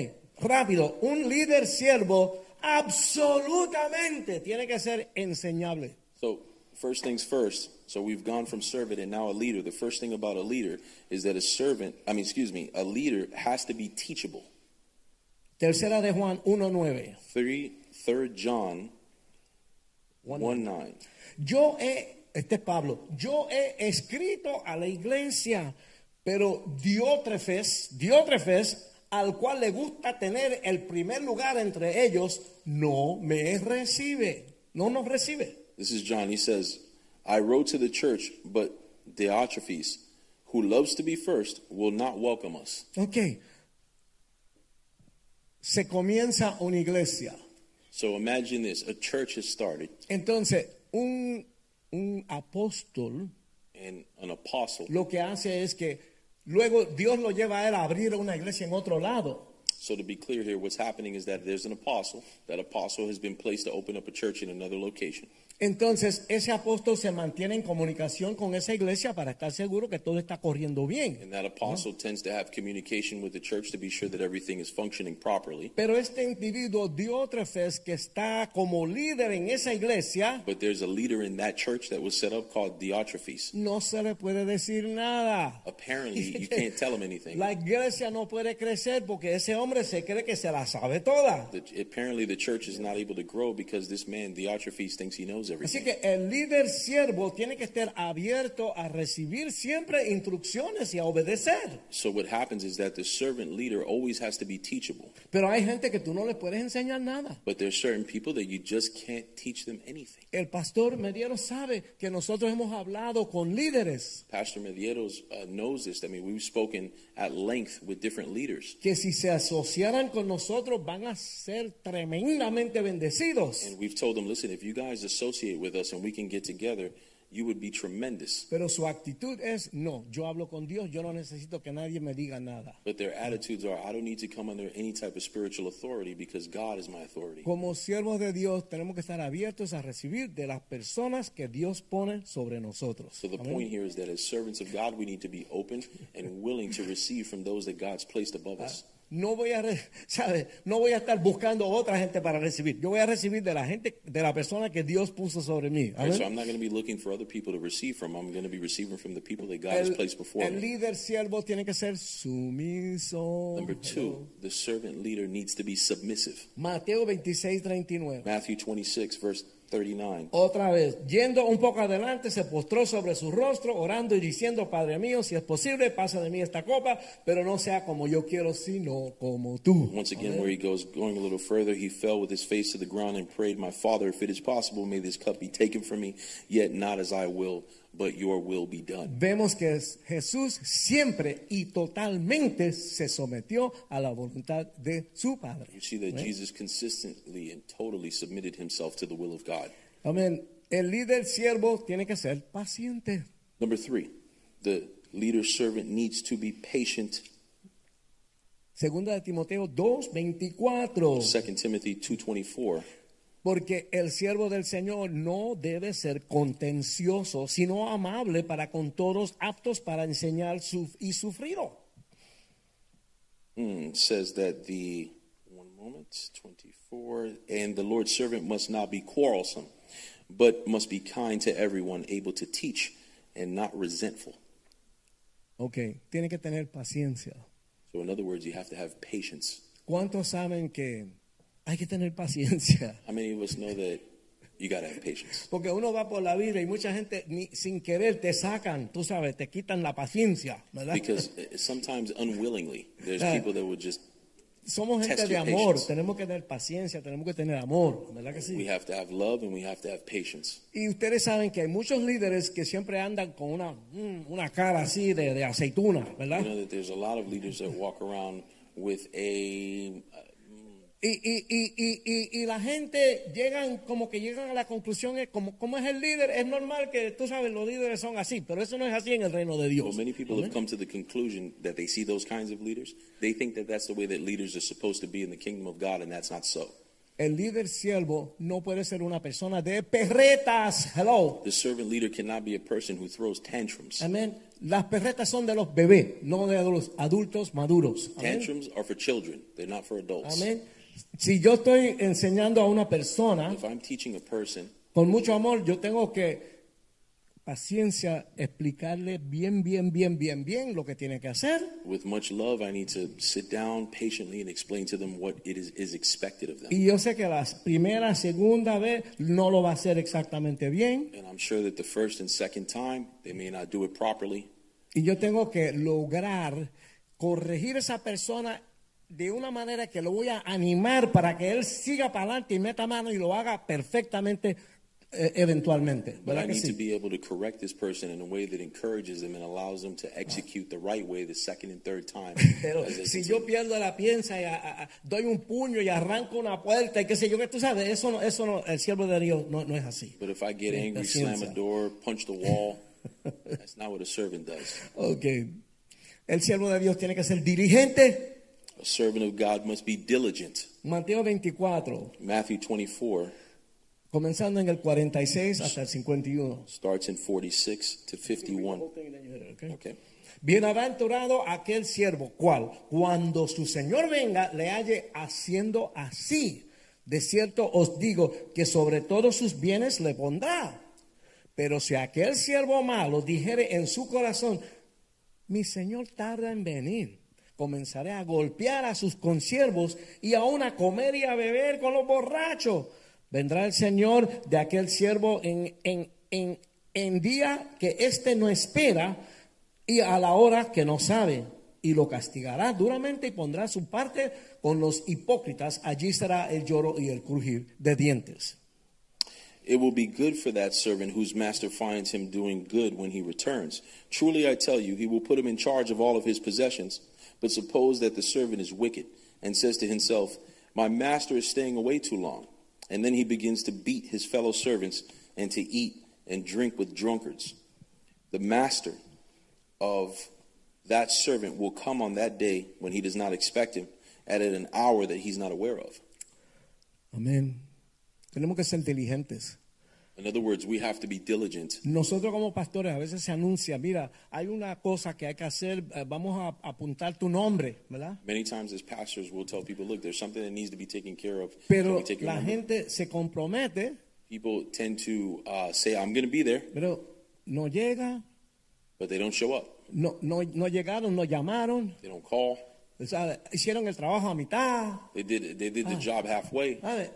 Speaker 2: rápido. Un líder siervo absolutamente tiene que ser enseñable.
Speaker 3: So, first things first. So, we've gone from servant and now a leader. The first thing about a leader is that a servant, I mean, excuse me, a leader has to be teachable.
Speaker 2: Tercera de Juan 1.9.
Speaker 3: Three, third John 1 9.
Speaker 2: Yo he, este es Pablo, yo he escrito a la iglesia, pero Diótrefes, Diótrefes, al cual le gusta tener el primer lugar entre ellos, no me recibe, no nos recibe.
Speaker 3: This is John. He says, I wrote to the church, but Diotrephes, who loves to be first, will not welcome us.
Speaker 2: Ok. Se comienza una iglesia.
Speaker 3: So imagine this a church has started,
Speaker 2: Entonces, un, un apóstol
Speaker 3: and an apostle.
Speaker 2: lo que hace es que luego Dios lo lleva a él a abrir una iglesia en otro lado.
Speaker 3: So, to be clear here, what's happening is that there's an apostle. That apostle has been placed to open up a church in another location.
Speaker 2: Entonces, ese apóstol se mantiene en comunicación con esa iglesia para estar seguro que todo está corriendo bien.
Speaker 3: And that apostle tends to have communication with the church to be sure that everything is functioning properly.
Speaker 2: Pero este individuo Diótrefes que está como líder en esa iglesia,
Speaker 3: But there's a leader in that church that was set up called Diotrephes.
Speaker 2: no se le puede decir nada.
Speaker 3: Apparently, you can't tell him anything.
Speaker 2: La iglesia no puede crecer porque ese hombre se cree que se la sabe toda.
Speaker 3: The- apparently, the church is not able to grow because this man Diotrephes thinks he knows
Speaker 2: Así
Speaker 3: everything.
Speaker 2: que el líder siervo tiene que estar abierto a recibir siempre instrucciones y a obedecer.
Speaker 3: So what happens is that the servant leader always has to be teachable.
Speaker 2: Pero hay gente que tú no le puedes enseñar nada.
Speaker 3: But there's certain people that you just can't teach them anything.
Speaker 2: El pastor Mediero sabe que nosotros hemos hablado con líderes
Speaker 3: Pastor Medieros uh, knows this. I mean, we've spoken at length with different leaders.
Speaker 2: que si se asociaran con nosotros van a ser tremendamente bendecidos.
Speaker 3: And we've told them, listen, if you guys associate with us and we can get together, you would be tremendous.
Speaker 2: Pero su actitud es, no, yo hablo con Dios, yo no necesito que nadie me diga nada.
Speaker 3: But their attitudes are, I don't need to come under any type of spiritual authority because God is my authority.
Speaker 2: Como siervos de Dios tenemos que estar abiertos a recibir de las personas que Dios pone sobre nosotros.
Speaker 3: So the
Speaker 2: Amén.
Speaker 3: point here is that as servants of God, we need to be open and willing to receive from those that God's placed above us.
Speaker 2: No voy a, re- ¿sabe? No voy a estar buscando otra gente para recibir. Yo voy a recibir de la gente, de la persona que Dios puso sobre mí.
Speaker 3: Right,
Speaker 2: Amén.
Speaker 3: so I'm not going to be looking for other people to receive from. I'm going to be receiving from the people that God has
Speaker 2: El,
Speaker 3: placed before
Speaker 2: el
Speaker 3: me.
Speaker 2: líder siervo tiene que ser sumiso.
Speaker 3: Number two, the servant leader needs to be submissive.
Speaker 2: Mateo 26, 39.
Speaker 3: Matthew 26, verse 39.
Speaker 2: Otra vez, yendo un poco adelante, se postró sobre su rostro, orando y diciendo, Padre mío, si es posible, pasa de mí esta copa, pero no sea como yo quiero, sino como tú.
Speaker 3: Once again, where he goes, going a little further, he fell with his face to the ground and prayed, My Father, if it is possible, may this cup be taken from me, yet not as I will, but your will be done.
Speaker 2: Vemos que es- Jesús siempre y totalmente se sometió a la voluntad de su Padre.
Speaker 3: You see that Jesus consistently and totally submitted himself to the will of God.
Speaker 2: Amén. El líder siervo tiene que ser paciente.
Speaker 3: Number three, the leader servant needs to be patient.
Speaker 2: Segunda de Timoteo 2:24.
Speaker 3: 2 Timothy 2.24.
Speaker 2: Porque el siervo del Señor no debe ser contencioso, sino amable para con todos, aptos para enseñar su- y sufrido.
Speaker 3: Mm, says that the one moment 24 and the lord's servant must not be quarrelsome but must be kind to everyone able to teach and not resentful
Speaker 2: Ok, tiene que tener paciencia.
Speaker 3: so in other words you have to have patience
Speaker 2: ¿Cuántos saben que hay que tener paciencia?
Speaker 3: how many of us know that you got to have patience
Speaker 2: Porque uno va por la vida y mucha gente ni- sin querer te sacan, tú sabes, te quitan la paciencia, ¿verdad?
Speaker 3: because uh, sometimes unwillingly there's
Speaker 2: Ah.
Speaker 3: people that will just
Speaker 2: Somos gente
Speaker 3: test
Speaker 2: de
Speaker 3: your
Speaker 2: amor,
Speaker 3: patience.
Speaker 2: tenemos que tener paciencia, tenemos que tener amor, ¿verdad que sí?
Speaker 3: we have to have love and we have to have patience
Speaker 2: Y ustedes saben que hay muchos líderes que siempre andan con una, mm, una cara así de, de aceituna,
Speaker 3: you
Speaker 2: ¿verdad?
Speaker 3: know that there's a lot of leaders that walk around with a uh, mm,
Speaker 2: Y, y, y, y, y- y la gente llegan como que llegan a la conclusión, es como, como es el líder, es normal que tú sabes, los líderes son así, pero eso no es así en el reino de
Speaker 3: Well,
Speaker 2: Dios.
Speaker 3: many people have come to the conclusion that they see those kinds of leaders. They think that that's the way that leaders are supposed to be in the kingdom of God, and that's not so.
Speaker 2: El líder siervo no puede ser una persona de perretas. Hello.
Speaker 3: The servant leader cannot be a person who throws tantrums.
Speaker 2: Amén. Las perretas son de los bebés, no de los adultos maduros. Amén.
Speaker 3: Tantrums are for children, they're not for adults.
Speaker 2: Amén. Si yo estoy enseñando a una persona
Speaker 3: If I'm teaching a person,
Speaker 2: con mucho amor, yo tengo que paciencia explicarle bien, bien, bien, bien, bien lo que tiene que hacer.
Speaker 3: with much love, I need to sit down patiently and explain to them what it is, is expected of them.
Speaker 2: Y yo sé que la primera, segunda vez no lo va a hacer exactamente bien.
Speaker 3: And I'm sure that the first and second time, they may not do it properly.
Speaker 2: Y yo tengo que lograr corregir a esa persona de una manera que lo voy a animar para que él siga para adelante y meta mano y lo haga perfectamente eh, eventualmente.
Speaker 3: But I
Speaker 2: ¿Verdad que
Speaker 3: need to
Speaker 2: sí?
Speaker 3: be able to correct this person in a way that encourages them and allows them to execute the right way the second and third time.
Speaker 2: Pero
Speaker 3: as they
Speaker 2: si
Speaker 3: continue.
Speaker 2: yo pierdo la piensa y a- a- a- doy un puño y arranco una puerta y qué sé yo, que tú sabes, eso no, eso no, el siervo de Dios no, no es así.
Speaker 3: But if I get
Speaker 2: Con
Speaker 3: angry, slam a
Speaker 2: paciencia.
Speaker 3: door, punch the wall, that's not what a servant does.
Speaker 2: Ok. El siervo de Dios tiene que ser diligente.
Speaker 3: A servant of God must be diligent.
Speaker 2: Mateo 24,
Speaker 3: Matthew 24
Speaker 2: comenzando en el 46 hasta el 51.
Speaker 3: starts in 46 to 51. Okay.
Speaker 2: Bienaventurado aquel siervo, cual cuando su señor venga le halle haciendo así. De cierto os digo que sobre todos sus bienes le pondrá. Pero si aquel siervo malo dijere en su corazón, mi señor tarda en venir, comenzaré a golpear a sus consiervos y aún a comer y a beber con los borrachos. Vendrá el señor de aquel siervo en, en, en, en día que éste no espera y a la hora que no sabe. Y lo castigará duramente y pondrá su parte con los hipócritas. Allí será el lloro y el crujir de dientes.
Speaker 3: It will be good for that servant whose master finds him doing good when he returns. Truly I tell you, he will put him in charge of all of his possessions. But suppose that the servant is wicked and says to himself, My master is staying away too long. And then he begins to beat his fellow servants and to eat and drink with drunkards. The master of that servant will come on that day when he does not expect him and at an hour that he's not aware of.
Speaker 2: Amén. Tenemos que ser diligentes.
Speaker 3: In other words, we have to be diligent
Speaker 2: Nosotros como pastores a veces se anuncia, mira, hay una cosa que hay que hacer, eh, vamos a apuntar tu nombre, ¿verdad?
Speaker 3: Many times as pastors, we'll tell people, look, there's something that needs to be taken care of. Can
Speaker 2: Pero
Speaker 3: we take your
Speaker 2: la
Speaker 3: number?"
Speaker 2: gente se compromete,
Speaker 3: People tend to uh, say, I'm going to be there,
Speaker 2: pero no llega,
Speaker 3: but they don't show up.
Speaker 2: no, no, no llegaron, no llamaron,
Speaker 3: They don't call.
Speaker 2: o sea, hicieron el trabajo a mitad.
Speaker 3: They did, they did
Speaker 2: Ah.
Speaker 3: the job halfway.
Speaker 2: ¿sabe?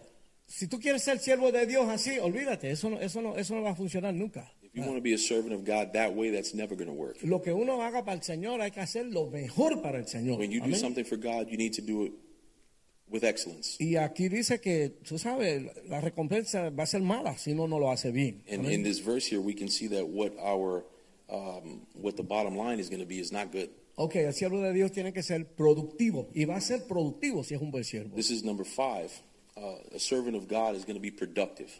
Speaker 2: Si tú quieres ser siervo de Dios así, olvídate, eso no, eso no, eso no va a funcionar nunca.
Speaker 3: If you want to be a servant of God that way, that's never going to work.
Speaker 2: Lo que uno haga para el Señor hay que hacer lo mejor para el Señor.
Speaker 3: When you do
Speaker 2: Amén.
Speaker 3: something for God, you need to do it with excellence.
Speaker 2: Y aquí dice que, tú sabes, la recompensa va a ser mala si uno no lo hace bien.
Speaker 3: And
Speaker 2: Amén.
Speaker 3: in this verse here, we can see that what our, um, what the bottom line is going to be is not good.
Speaker 2: Ok, el siervo de Dios tiene que ser productivo y va a ser productivo si es un buen siervo.
Speaker 3: This is number five. Uh, a servant of God is going to be productive.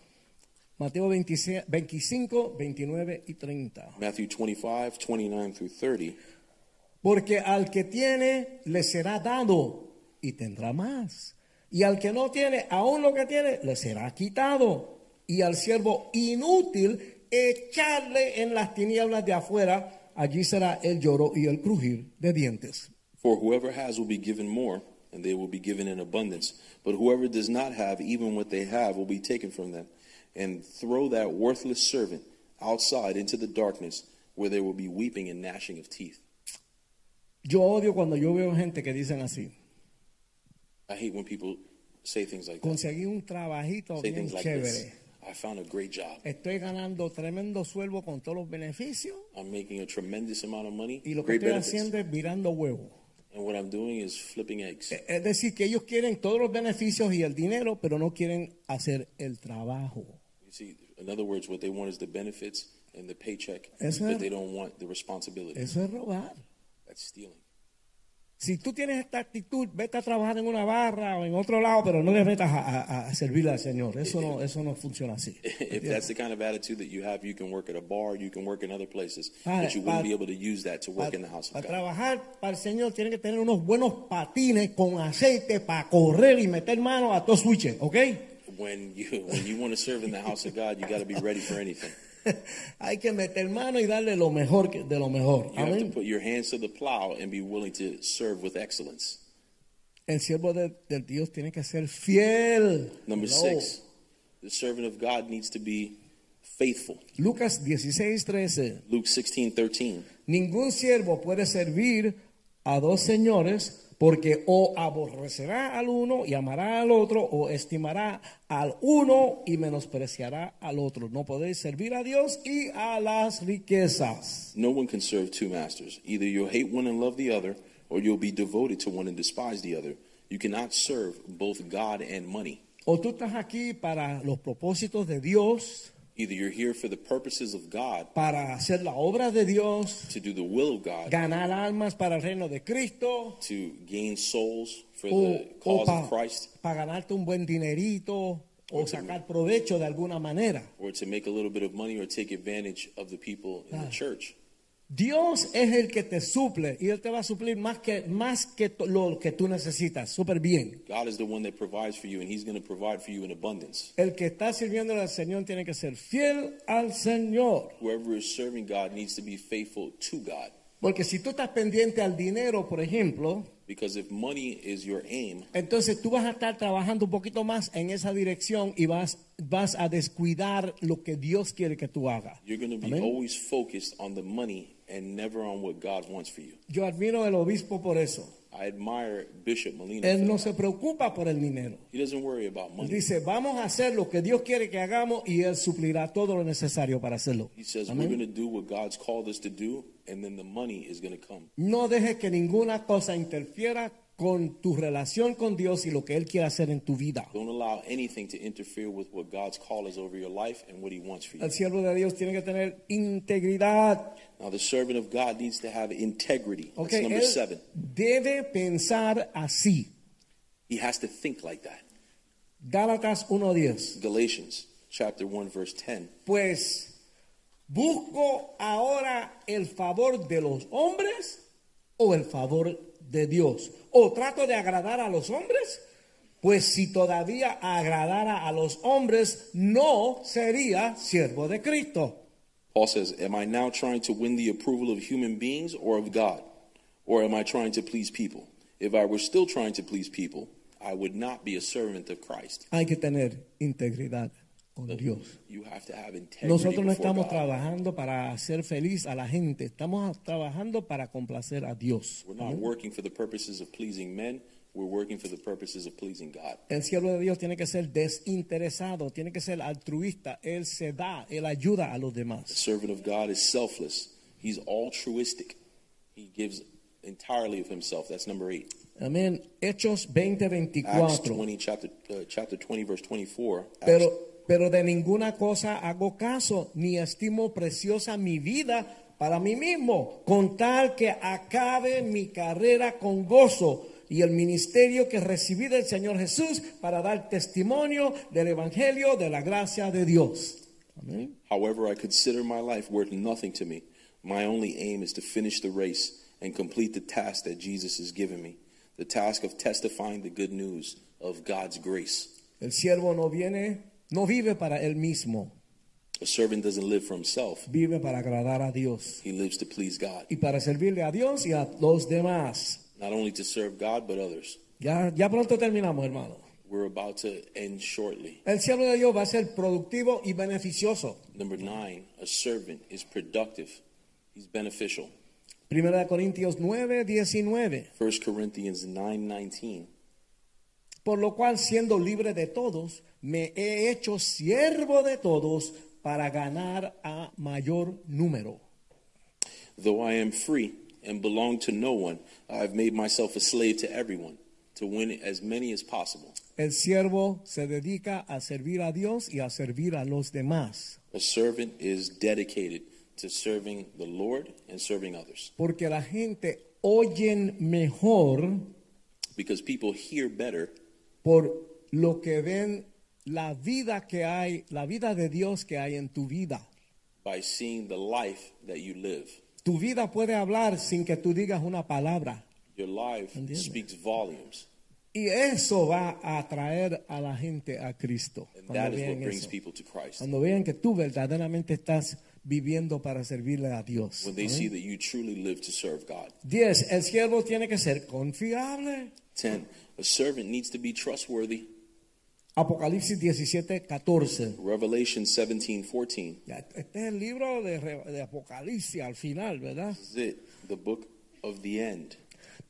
Speaker 2: Mateo 26, 25, 29 y 30.
Speaker 3: Matthew 25, 29 through 30.
Speaker 2: Porque al que tiene le será dado y tendrá más. Y al que no tiene, aún lo que tiene, le será quitado. Y al siervo inútil, echarle en las tinieblas de afuera. Allí será el lloro y el crujir de dientes.
Speaker 3: For whoever has will be given more, and they will be given in abundance. But whoever does not have, even what they have, will be taken from them. And throw that worthless servant outside into the darkness, where there will be weeping and gnashing of teeth.
Speaker 2: Yo odio cuando yo veo gente que dicen así.
Speaker 3: I hate when people say things like that.
Speaker 2: Conseguí un trabajito
Speaker 3: Say
Speaker 2: bien
Speaker 3: things like
Speaker 2: chévere.
Speaker 3: this. I found a great job.
Speaker 2: Estoy ganando tremendo sueldo con todos los beneficios
Speaker 3: I'm making a tremendous amount of money.
Speaker 2: y lo que
Speaker 3: Great
Speaker 2: estoy
Speaker 3: benefits.
Speaker 2: haciendo
Speaker 3: And
Speaker 2: es virando huevo.
Speaker 3: what I'm doing is flipping eggs.
Speaker 2: E- Es decir, que ellos quieren todos los beneficios y el dinero, pero no quieren hacer el trabajo.
Speaker 3: You see, in other words, what they want is the benefits and the paycheck,
Speaker 2: Eso es-
Speaker 3: but they don't want the responsibility.
Speaker 2: Eso es robar.
Speaker 3: That's stealing.
Speaker 2: Si tú tienes esta actitud, vete a trabajar en una barra o en otro lado, pero no le metas a, a- a servir al Señor. Eso no, eso no funciona así.
Speaker 3: If that's the kind of attitude that you have, you can work at a bar, you can work in other places,
Speaker 2: Para-
Speaker 3: but you wouldn't
Speaker 2: para-
Speaker 3: be able to use that to work in the house of
Speaker 2: para
Speaker 3: God.
Speaker 2: trabajar para el Señor tienen que tener unos buenos patines con aceite para correr y meter mano a todos switches, ¿ok?
Speaker 3: When you when you want to serve in the house of God, you got to be ready for anything.
Speaker 2: Hay que meter mano y darle lo mejor que- de lo mejor.
Speaker 3: You have to
Speaker 2: Amén.
Speaker 3: put your hands to the plow and be willing to serve with excellence.
Speaker 2: El siervo de, de Dios tiene que ser fiel.
Speaker 3: Number
Speaker 2: Hello.
Speaker 3: six, the servant of God needs to be faithful.
Speaker 2: Lucas 16, 13.
Speaker 3: Luke 16, 13.
Speaker 2: Ningún siervo puede servir a dos señores porque o aborrecerá al uno y amará al otro o estimará al uno y menospreciará al otro. No podéis servir a Dios y a las riquezas.
Speaker 3: No one can serve two masters. Either you'll hate one and love the other, or you'll be devoted to one and despise the other. You cannot serve both God and money.
Speaker 2: O tú estás aquí para los propósitos de Dios,
Speaker 3: Either you're here for the purposes of God,
Speaker 2: para hacer la obra de Dios,
Speaker 3: to do the will of God,
Speaker 2: ganar almas para el reino de Cristo
Speaker 3: to gain souls for
Speaker 2: o,
Speaker 3: the cause
Speaker 2: para
Speaker 3: of Christ,
Speaker 2: ganarte un buen dinerito o sacar provecho de alguna manera.
Speaker 3: or to make a little bit of money or take advantage of the people in the church.
Speaker 2: Dios es el que te suple y Él te va a suplir más que, más que to- lo que tú necesitas, súper bien.
Speaker 3: God is the one that provides for you, and He's going to provide for you in abundance.
Speaker 2: El que está sirviendo al Señor tiene que ser fiel al Señor.
Speaker 3: Whoever is serving God needs to be faithful to God.
Speaker 2: Porque si tú estás pendiente al dinero, por ejemplo,
Speaker 3: Because if money is your aim,
Speaker 2: entonces tú vas a estar trabajando un poquito más en esa dirección y vas, vas a descuidar lo que Dios quiere que tú hagas.
Speaker 3: you're going to be
Speaker 2: Amén.
Speaker 3: always focused on the money and never on what God wants for you.
Speaker 2: Yo admiro al obispo por eso.
Speaker 3: I admire Bishop Molina. for
Speaker 2: Él no
Speaker 3: that.
Speaker 2: se preocupa por el dinero.
Speaker 3: He doesn't worry about
Speaker 2: Él
Speaker 3: money.
Speaker 2: dice, vamos a hacer lo que Dios quiere que hagamos y Él suplirá todo lo necesario para hacerlo.
Speaker 3: He says,
Speaker 2: Amén.
Speaker 3: We're going to do what God's called us to do, and then the money is going to come.
Speaker 2: No dejes que ninguna cosa interfiera con tu relación con Dios y lo que Él quiere hacer en tu vida.
Speaker 3: Don't allow anything to interfere with what God's call is over your life and what He wants for you.
Speaker 2: El siervo de Dios tiene que tener integridad.
Speaker 3: now, the servant of God needs to have integrity.
Speaker 2: ¿ok?
Speaker 3: That's number
Speaker 2: Él
Speaker 3: seven.
Speaker 2: debe pensar así.
Speaker 3: He has to think like that.
Speaker 2: Gálatas 1.10.
Speaker 3: Galatians chapter 1, verse 10.
Speaker 2: Pues busco ahora el favor de los hombres o el favor de Dios. O trato de agradar a los hombres. Pues si todavía agradara a los hombres, no sería siervo de Cristo.
Speaker 3: Paul says, Am I now trying to win the approval of human beings or of God? Or am I trying to please people? If I were still trying to please people, I would not be a servant of Christ.
Speaker 2: Hay que tener integridad con Dios.
Speaker 3: You have to have integrity.
Speaker 2: Nosotros no
Speaker 3: before
Speaker 2: estamos
Speaker 3: God.
Speaker 2: trabajando para hacer feliz a la gente, estamos trabajando para complacer a Dios.
Speaker 3: We're not working for the purposes of pleasing men. We're working for the purposes of pleasing God.
Speaker 2: El siervo de Dios tiene que ser desinteresado, tiene que ser altruista, él se da, él ayuda a los
Speaker 3: The
Speaker 2: demás.
Speaker 3: servant of God is selfless. He's altruistic. He gives entirely of himself. That's number eight.
Speaker 2: Amén. Hechos
Speaker 3: Acts
Speaker 2: 20:24.
Speaker 3: 20, chapter uh, chapter 20, verse 24. Acts-
Speaker 2: Pero pero de ninguna cosa hago caso, ni estimo preciosa mi vida para mí mismo, con tal que acabe mi carrera con gozo y el ministerio que recibí del Señor Jesús para dar testimonio del Evangelio de la gracia de Dios. Amén.
Speaker 3: However, I consider my life worth nothing to me. My only aim is to finish the race and complete the task that Jesus has given me the task of testifying the good news of God's grace.
Speaker 2: El siervo no viene, no vive para él mismo,
Speaker 3: A servant doesn't live for himself,
Speaker 2: vive para agradar a Dios
Speaker 3: he lives to please God,
Speaker 2: y para servirle a Dios y a los demás.
Speaker 3: not only to serve God, but others.
Speaker 2: Ya, ya pronto terminamos, hermano.
Speaker 3: We're about to end shortly.
Speaker 2: El siervo de Dios va a ser productivo y beneficioso.
Speaker 3: Number nine, a servant is productive, he's beneficial.
Speaker 2: Primera de Corintios 9, 19.
Speaker 3: 1 Corinthians 9:19.
Speaker 2: Por lo cual, siendo libre de todos, me he hecho siervo de todos para ganar a mayor número.
Speaker 3: Though I am free and belong to no one, I have made myself a slave to everyone to win as many as possible.
Speaker 2: El siervo se dedica a servir a Dios y a servir a los demás,
Speaker 3: A servant is dedicated to serving the Lord and serving others
Speaker 2: porque la gente oyen mejor
Speaker 3: because people hear better
Speaker 2: por lo que ven la vida que hay, la vida de Dios que hay en tu vida.
Speaker 3: by seeing the life that you live.
Speaker 2: Tu vida puede hablar sin que tú digas una palabra.
Speaker 3: Your life
Speaker 2: Entiende.
Speaker 3: speaks volumes,
Speaker 2: Y eso va a atraer a la gente a Cristo.
Speaker 3: and
Speaker 2: Cuando
Speaker 3: that is what
Speaker 2: vean,
Speaker 3: brings
Speaker 2: eso.
Speaker 3: people to Christ.
Speaker 2: Cuando vean que tú verdaderamente estás viviendo para servirle a Dios.
Speaker 3: When they see that you truly live to serve God.
Speaker 2: 10. El siervo tiene que ser confiable.
Speaker 3: 10. A servant needs to be trustworthy.
Speaker 2: Apocalipsis 17, 14.
Speaker 3: Revelation 17 14.
Speaker 2: Ya, Este es el libro de, Re- de Apocalipsis al final, ¿verdad?
Speaker 3: This is it, the book of the end.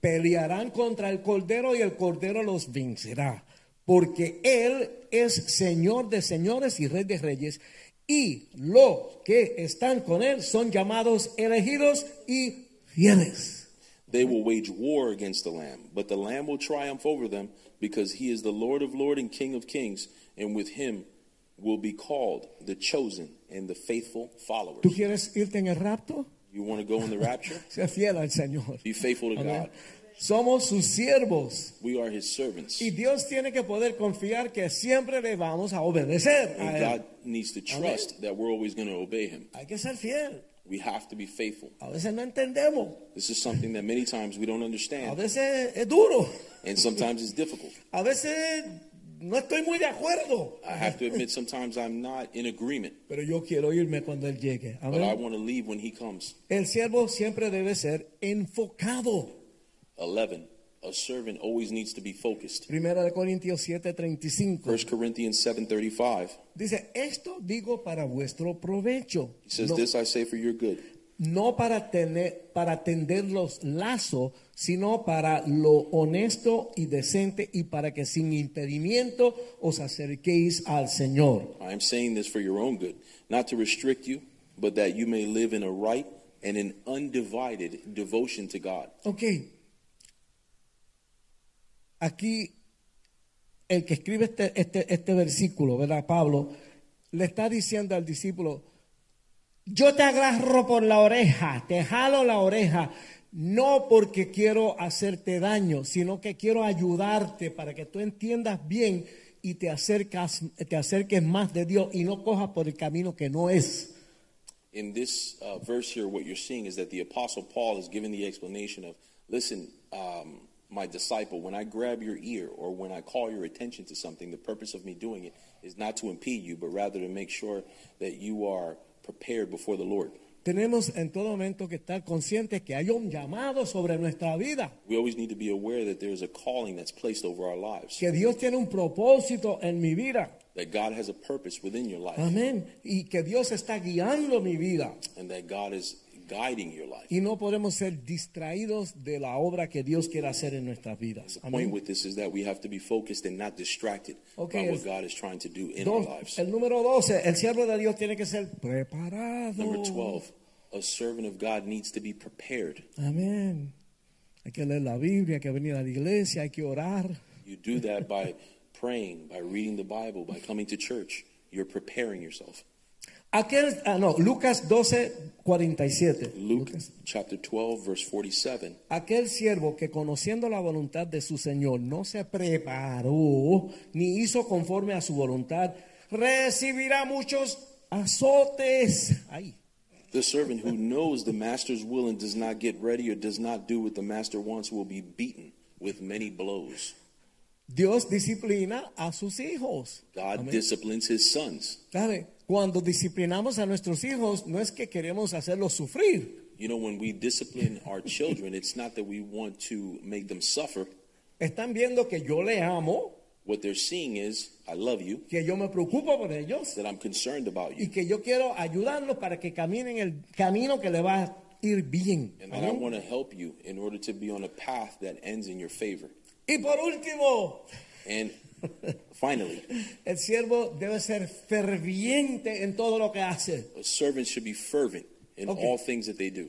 Speaker 2: Pelearán contra el Cordero y el Cordero los vencerá. Porque Él es Señor de señores y Rey de reyes. Y los que están con Él son llamados elegidos y fieles.
Speaker 3: They will wage war against the Lamb, but the Lamb will triumph over them because he is the Lord of Lords and King of Kings, and with him will be called the chosen and the faithful followers.
Speaker 2: ¿Tú quieres irte en el rapto?
Speaker 3: You want to go in the rapture?
Speaker 2: Sea fiel al Señor.
Speaker 3: Be faithful to
Speaker 2: Amén.
Speaker 3: God.
Speaker 2: Somos sus siervos.
Speaker 3: We are his servants.
Speaker 2: Y Dios tiene que poder confiar que siempre le vamos a obedecer
Speaker 3: And
Speaker 2: a Él.
Speaker 3: God needs to trust that we're always going to obey him.
Speaker 2: Hay que ser fiel.
Speaker 3: We have to be faithful.
Speaker 2: A veces no entendemos.
Speaker 3: This is something that many times we don't
Speaker 2: A
Speaker 3: understand,
Speaker 2: veces es duro.
Speaker 3: and sometimes it's difficult.
Speaker 2: A veces no estoy muy de acuerdo.
Speaker 3: I have to admit, sometimes I'm not in agreement,
Speaker 2: Pero yo quiero irme cuando Él llegue.
Speaker 3: but I
Speaker 2: Amén.
Speaker 3: want to leave when he comes.
Speaker 2: El siervo siempre debe ser enfocado.
Speaker 3: 11. A servant always needs to be focused.
Speaker 2: Primera de Corintios
Speaker 3: 1
Speaker 2: 7:35.
Speaker 3: Corinthians 7:35.
Speaker 2: Dice, esto digo para vuestro provecho.
Speaker 3: He says,
Speaker 2: No-
Speaker 3: "This I say for your good,
Speaker 2: no para tener para tender los lazos, sino para lo honesto y decente y para que sin impedimento os acerquéis al Señor.
Speaker 3: I am saying this for your own good, not to restrict you, but that you may live in a right and an undivided devotion to God."
Speaker 2: Ok. Aquí el que escribe este, este, este versículo, ¿verdad? Pablo, le está diciendo al discípulo, yo te agarro por la oreja, te jalo la oreja, no porque quiero hacerte daño, sino que quiero ayudarte para que tú entiendas bien y te, acercas, te acerques más de Dios y no cojas por el camino que no es.
Speaker 3: in this uh, verse here, what you're seeing is that the Apostle Paul is giving the explanation of, listen, um, my disciple, when I grab your ear or when I call your attention to something, the purpose of me doing it is not to impede you, but rather to make sure that you are prepared before the Lord.
Speaker 2: Tenemos en todo momento que estar conscientes que hay un llamado sobre nuestra vida.
Speaker 3: We always need to be aware that there is a calling that's placed over our lives,
Speaker 2: que Dios tiene un propósito en mi vida.
Speaker 3: that God has a purpose within your life,
Speaker 2: Amén. Y que Dios está guiando mi vida.
Speaker 3: and that God is guiding your life.
Speaker 2: Y no podemos ser distraídos de la obra que Dios quiere hacer en nuestras vidas.
Speaker 3: The point
Speaker 2: Amén.
Speaker 3: with this is that we have to be focused and not distracted
Speaker 2: Okay,
Speaker 3: by
Speaker 2: el-
Speaker 3: what God is trying to do in
Speaker 2: Dos-
Speaker 3: our lives.
Speaker 2: el número 12, el siervo de Dios tiene que ser preparado.
Speaker 3: Number 12, a servant of God needs to be prepared.
Speaker 2: Amén. Hay que leer la Biblia, hay que venir a la iglesia, hay que orar.
Speaker 3: You do that by praying, by reading the Bible, by coming to church. You're preparing yourself.
Speaker 2: Aquel, ah, no, Lucas 12, 47.
Speaker 3: Luke chapter 12, verse 47.
Speaker 2: Aquel siervo que conociendo la voluntad de su Señor no se preparó ni hizo conforme a su voluntad, recibirá muchos azotes. Ay.
Speaker 3: The servant who knows the master's will and does not get ready or does not do what the master wants will be beaten with many blows.
Speaker 2: Dios disciplina a sus hijos.
Speaker 3: God disciplines his sons.
Speaker 2: ¿Sabe? Cuando disciplinamos a nuestros hijos, no es que queremos hacerlos sufrir.
Speaker 3: You know, when we discipline our children, it's not that we want to make them suffer.
Speaker 2: Están viendo que yo le amo,
Speaker 3: What they're seeing is, I love you,
Speaker 2: que yo me preocupo por ellos
Speaker 3: that I'm concerned about
Speaker 2: y
Speaker 3: you.
Speaker 2: que yo quiero ayudarlos para que caminen el camino que le va a ir bien.
Speaker 3: And that I want to help you in order to be on a path that ends in your favor.
Speaker 2: Y por último,
Speaker 3: And finally,
Speaker 2: El siervo debe ser ferviente en todo lo que hace.
Speaker 3: a servant should be fervent in
Speaker 2: Okay.
Speaker 3: all things that they do.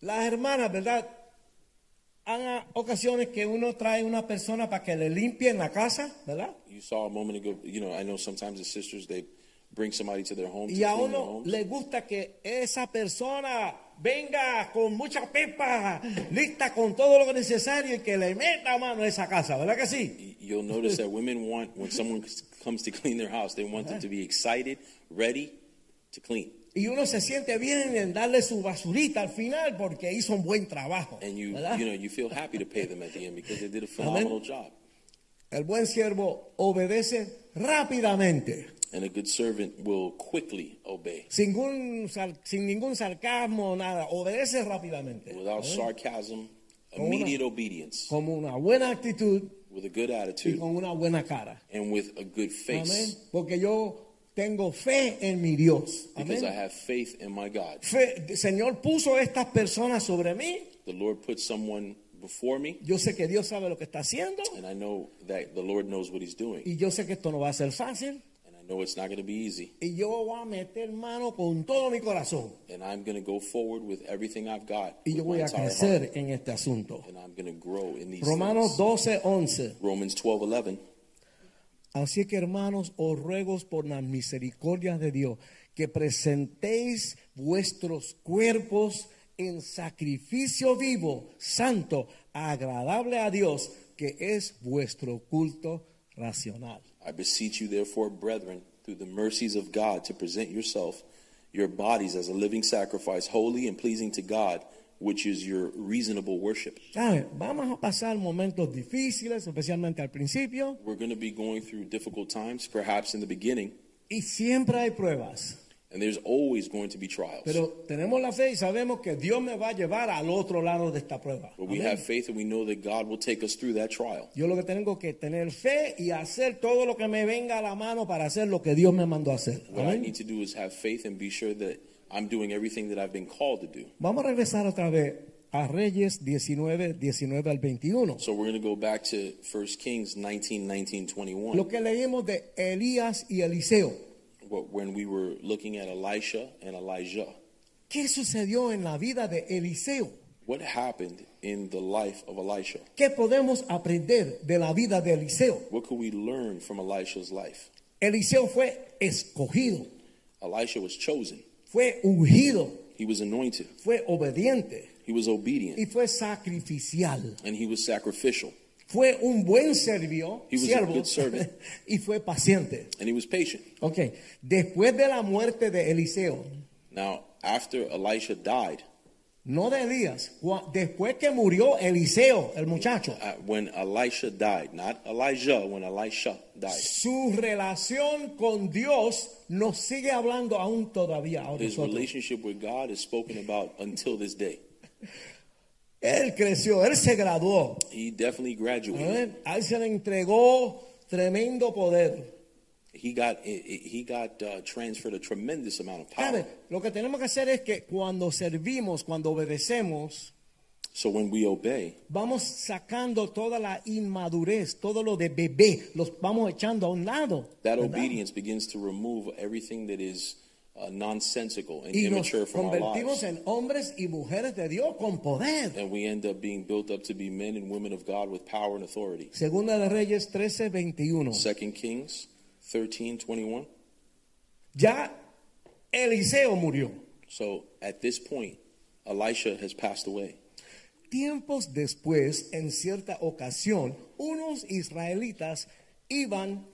Speaker 2: Las hermanas, ¿verdad? Hay ocasiones que uno trae una persona para que le limpie en la casa, ¿verdad?
Speaker 3: You saw a moment ago, you know, I know sometimes the sisters, they bring somebody to their home to
Speaker 2: Y a
Speaker 3: clean their
Speaker 2: uno
Speaker 3: homes.
Speaker 2: le gusta que esa persona venga con mucha pepa, lista con todo lo necesario y que le meta mano a esa casa, ¿verdad que sí?
Speaker 3: Y- You'll notice that women want, when someone c- comes to clean their house, they want them to be excited, ready to clean.
Speaker 2: Y uno se siente bien en darle su basurita al final porque hizo un buen trabajo.
Speaker 3: And you,
Speaker 2: ¿verdad?
Speaker 3: you know, you feel happy to pay them at the end because they did a phenomenal job.
Speaker 2: El buen siervo obedece rápidamente,
Speaker 3: And a good servant will quickly obey
Speaker 2: sin ningún, sar- sin ningún sarcasmo, nada, obedece rápidamente.
Speaker 3: without sarcasm,
Speaker 2: una-
Speaker 3: immediate obedience,
Speaker 2: Con una buena actitud
Speaker 3: with a good
Speaker 2: y
Speaker 3: attitude,
Speaker 2: con una buena cara.
Speaker 3: and with a good
Speaker 2: Amén.
Speaker 3: face.
Speaker 2: Porque yo tengo fe en mi Dios.
Speaker 3: Because I
Speaker 2: Amén.
Speaker 3: have faith in my God.
Speaker 2: Fe- el Señor puso estas personas sobre mí.
Speaker 3: The Lord put someone before me,
Speaker 2: Yo sé que Dios sabe lo que está haciendo.
Speaker 3: and I know that the Lord knows what He's doing.
Speaker 2: Y yo sé que esto no va a ser fácil.
Speaker 3: And I know it's not going to be easy.
Speaker 2: Y yo voy a meter mano con todo mi corazón.
Speaker 3: And I'm going to go forward with everything I've got.
Speaker 2: Y yo
Speaker 3: with
Speaker 2: voy
Speaker 3: my
Speaker 2: a
Speaker 3: entire
Speaker 2: crecer
Speaker 3: heart.
Speaker 2: en este asunto.
Speaker 3: And I'm going to grow in these
Speaker 2: Romanos
Speaker 3: things.
Speaker 2: 12, 11.
Speaker 3: Romans 12 11.
Speaker 2: Así que hermanos, os ruego por las misericordias de Dios que presentéis vuestros cuerpos en sacrificio vivo, santo, agradable a Dios, que es vuestro culto racional.
Speaker 3: I beseech you, therefore, brethren, through the mercies of God, to present yourself, your bodies, as a living sacrifice, holy and pleasing to God, which is your reasonable worship.
Speaker 2: ¿Sabe? Vamos a pasar momentos difíciles, especialmente al principio,
Speaker 3: We're going to be going through difficult times, perhaps in the beginning,
Speaker 2: y siempre hay pruebas,
Speaker 3: and there's always going to be trials.
Speaker 2: pero tenemos la fe y sabemos que Dios me va a llevar al otro lado de esta prueba.
Speaker 3: but we
Speaker 2: Amén.
Speaker 3: have faith and we know that God will take us through that trial.
Speaker 2: Yo lo que tengo que tener fe y hacer todo lo que me venga a la mano para hacer lo que Dios me mandó a hacer.
Speaker 3: What I
Speaker 2: Amén.
Speaker 3: need to do is have faith and be sure that I'm doing everything that I've been called to do.
Speaker 2: Vamos a regresar otra vez a Reyes 19, 19 al 21.
Speaker 3: So we're going to go back to 1 Kings 19, 19, 21.
Speaker 2: Lo que leímos de Elías y Eliseo.
Speaker 3: What- when we were looking at Elisha and Elijah.
Speaker 2: ¿Qué sucedió en la vida de Eliseo?
Speaker 3: What happened in the life of Elisha?
Speaker 2: ¿Qué podemos aprender de la vida de Eliseo?
Speaker 3: What could we learn from Elisha's life?
Speaker 2: Eliseo fue escogido,
Speaker 3: Elisha was chosen.
Speaker 2: fue ungido,
Speaker 3: He was anointed.
Speaker 2: fue obediente
Speaker 3: He was
Speaker 2: y
Speaker 3: obedient.
Speaker 2: fue sacrificial.
Speaker 3: And he was sacrificial.
Speaker 2: Fue un buen servio,
Speaker 3: He was a
Speaker 2: siervo,
Speaker 3: good servant.
Speaker 2: y fue paciente.
Speaker 3: And he was patient.
Speaker 2: Ok, después de la muerte de Eliseo,
Speaker 3: Now, after Elisha died,
Speaker 2: no de Elías, cua- después que murió Eliseo, el muchacho,
Speaker 3: uh, when Elisha died, not Elijah, when Elisha died,
Speaker 2: su relación con Dios nos sigue hablando aún todavía a
Speaker 3: his
Speaker 2: nosotros.
Speaker 3: relationship with God is spoken about until this day.
Speaker 2: Él creció, él se graduó,
Speaker 3: He definitely graduated.
Speaker 2: ¿eh? a él se le entregó tremendo poder.
Speaker 3: He got he got uh, transferred a tremendous amount of power.
Speaker 2: ¿Sabe? Lo que tenemos que hacer es que cuando servimos, cuando obedecemos,
Speaker 3: So when we obey,
Speaker 2: vamos sacando toda la inmadurez, todo lo de bebé, los vamos echando a un lado.
Speaker 3: that
Speaker 2: ¿verdad?
Speaker 3: obedience begins to remove everything that is uh, nonsensical and
Speaker 2: y nos
Speaker 3: immature from our
Speaker 2: convertimos
Speaker 3: lives.
Speaker 2: en hombres y mujeres de Dios con poder.
Speaker 3: And we end up being built up to be men and women of God with power and authority.
Speaker 2: Segunda de Reyes 13, 21.
Speaker 3: Second Kings 13, 21.
Speaker 2: Ya Eliseo murió.
Speaker 3: So at this point, Elisha has passed away.
Speaker 2: Tiempos después, en cierta ocasión, unos israelitas iban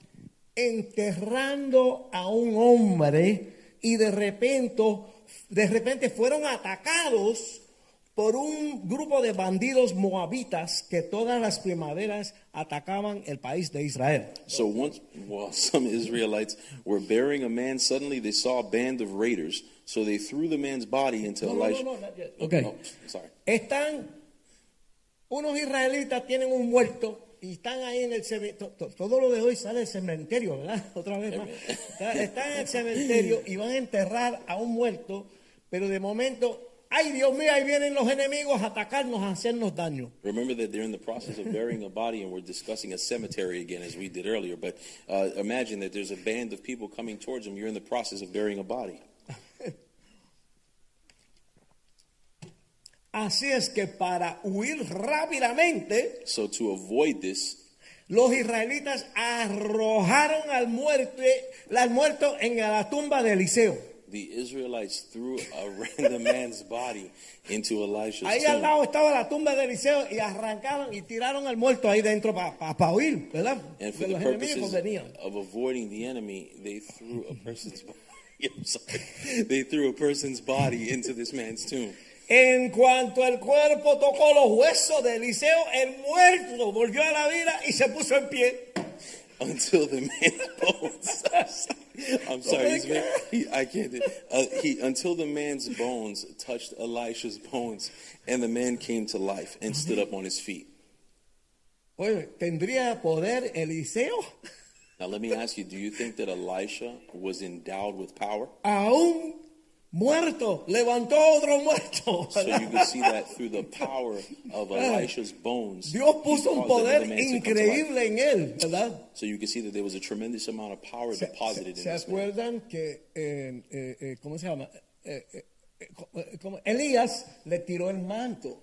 Speaker 2: enterrando a un hombre y de repente, de repente fueron atacados por un grupo de bandidos moabitas que todas las primaveras atacaban el país de Israel.
Speaker 3: So once, while some Israelites were burying a man, suddenly they saw a band of raiders. So they threw the man's body into
Speaker 2: No, no,
Speaker 3: Elisha.
Speaker 2: no, no, not yet.
Speaker 3: Oh,
Speaker 2: Okay.
Speaker 3: oh, sorry.
Speaker 2: Están unos israelitas tienen un muerto y están ahí en el cementerio. Todo lo de hoy sale del cementerio, ¿verdad? Otra vez más.
Speaker 3: Amen.
Speaker 2: Está- Están en el cementerio y van a enterrar a un muerto, pero de momento, ay Dios mío, ahí vienen los enemigos a atacarnos, a hacernos daño.
Speaker 3: Remember that they're in the process of burying a body, and we're discussing a cemetery again, as we did earlier. But uh, imagine that there's a band of people coming towards them. You're in the process of burying a body.
Speaker 2: Así es que para huir rápidamente,
Speaker 3: So to avoid this,
Speaker 2: Los israelitas arrojaron al, muerte, al muerto en la tumba de Eliseo.
Speaker 3: The Israelites threw a random man's body into Elisha's
Speaker 2: Ahí al
Speaker 3: tomb.
Speaker 2: lado estaba la tumba de Eliseo y arrancaron y tiraron al muerto ahí dentro para oír, ¿verdad?
Speaker 3: And
Speaker 2: Porque
Speaker 3: for the
Speaker 2: los enemigos
Speaker 3: purposes
Speaker 2: venían.
Speaker 3: of avoiding the enemy, they threw a person's body. I'm sorry. They threw a person's body into this man's tomb.
Speaker 2: En cuanto el cuerpo tocó los huesos de Eliseo, el muerto volvió a la vida y se puso en pie.
Speaker 3: Until the man's bones. I'm sorry, this man, he, I can't do uh, he, Until the man's bones touched Elisha's bones, and the man came to life and stood up on his feet.
Speaker 2: Oye, ¿tendría poder Eliseo?
Speaker 3: Now, let me ask you do you think that Elisha was endowed with power?
Speaker 2: A un muerto levantó otro muerto.
Speaker 3: So you can see that through the power of Elisha's bones.
Speaker 2: Dios
Speaker 3: he
Speaker 2: puso un
Speaker 3: caused another
Speaker 2: poder
Speaker 3: man to come to life.
Speaker 2: increíble en él, ¿verdad?
Speaker 3: So you can see that there was a tremendous amount of power
Speaker 2: ¿Se,
Speaker 3: deposited
Speaker 2: se-
Speaker 3: in
Speaker 2: se
Speaker 3: this man.
Speaker 2: acuerdan que, eh, eh, eh, ¿cómo se llama? Eh, eh, eh, co- eh, ¿cómo? Elías le tiró el manto.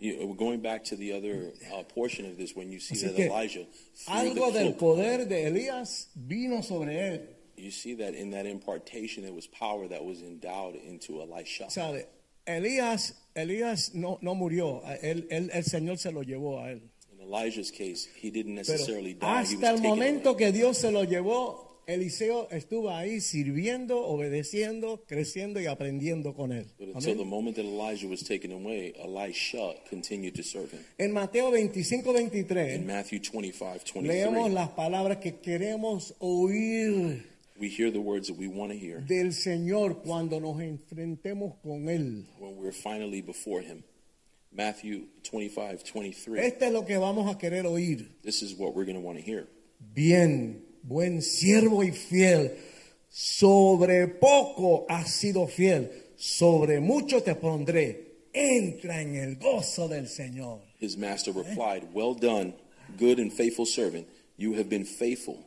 Speaker 3: You- we're going back to the other uh, portion of this when you see
Speaker 2: Así
Speaker 3: that
Speaker 2: que
Speaker 3: Elijah threw
Speaker 2: Algo
Speaker 3: the
Speaker 2: del
Speaker 3: cloak.
Speaker 2: poder de Elías vino sobre él.
Speaker 3: You see that in that impartation, there was power that was endowed into Elisha.
Speaker 2: ¿Sabe? Elías, Elías no, no murió. A Él, él- el Señor se lo llevó a él.
Speaker 3: In Elijah's case, he didn't
Speaker 2: Pero
Speaker 3: necessarily die. He was
Speaker 2: hasta el
Speaker 3: taken
Speaker 2: momento
Speaker 3: away.
Speaker 2: que Dios se lo llevó, Eliseo estuvo ahí sirviendo, obedeciendo, creciendo y aprendiendo con él.
Speaker 3: But
Speaker 2: Amén.
Speaker 3: until the moment that Elijah was taken away, Elisha continued to serve him.
Speaker 2: En Mateo 25,
Speaker 3: In
Speaker 2: 23,
Speaker 3: Matthew 25, 23,
Speaker 2: leemos las palabras que queremos oír
Speaker 3: we hear the words that we want to hear
Speaker 2: del Señor cuando nos enfrentemos con Él.
Speaker 3: when we're finally before him. Matthew 25, 23.
Speaker 2: Este es lo que vamos a querer oír.
Speaker 3: This is what we're going to want to hear.
Speaker 2: Bien, buen siervo y fiel. Sobre poco has sido fiel, sobre mucho te pondré. Entra en el gozo del Señor.
Speaker 3: His master replied, Well done, good and faithful servant. You have been faithful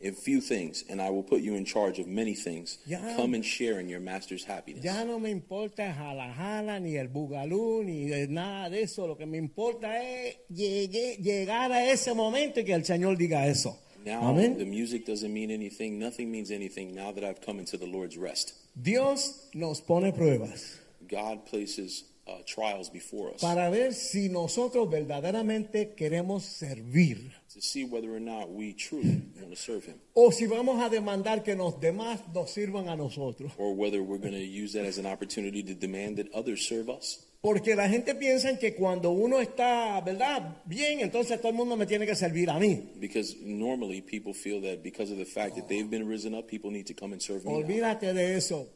Speaker 3: in few things, and I will put you in charge of many things.
Speaker 2: Ya.
Speaker 3: Come and share in your master's happiness.
Speaker 2: Ya no me importa jala jala, ni el bugalú, ni de nada de eso. Lo que me importa es llegué- llegar a ese momento y que el Señor diga eso.
Speaker 3: Now the
Speaker 2: Amén.
Speaker 3: music doesn't mean anything, nothing means anything now that I've come into the Lord's rest.
Speaker 2: Dios nos pone pruebas
Speaker 3: God places uh, trials before us
Speaker 2: para ver si nosotros verdaderamente queremos servir.
Speaker 3: to see whether or not we truly want to serve Him
Speaker 2: O si vamos a demandar que los demás nos sirvan a nosotros.
Speaker 3: or whether we're going to use that as an opportunity to demand that others serve us.
Speaker 2: Porque la gente piensa en que cuando uno está, ¿verdad? Bien, entonces todo el mundo me tiene que servir a mí.
Speaker 3: Because normally people feel that because of the fact that they've been risen up, people need to come and serve me. now.
Speaker 2: Olvídate de eso.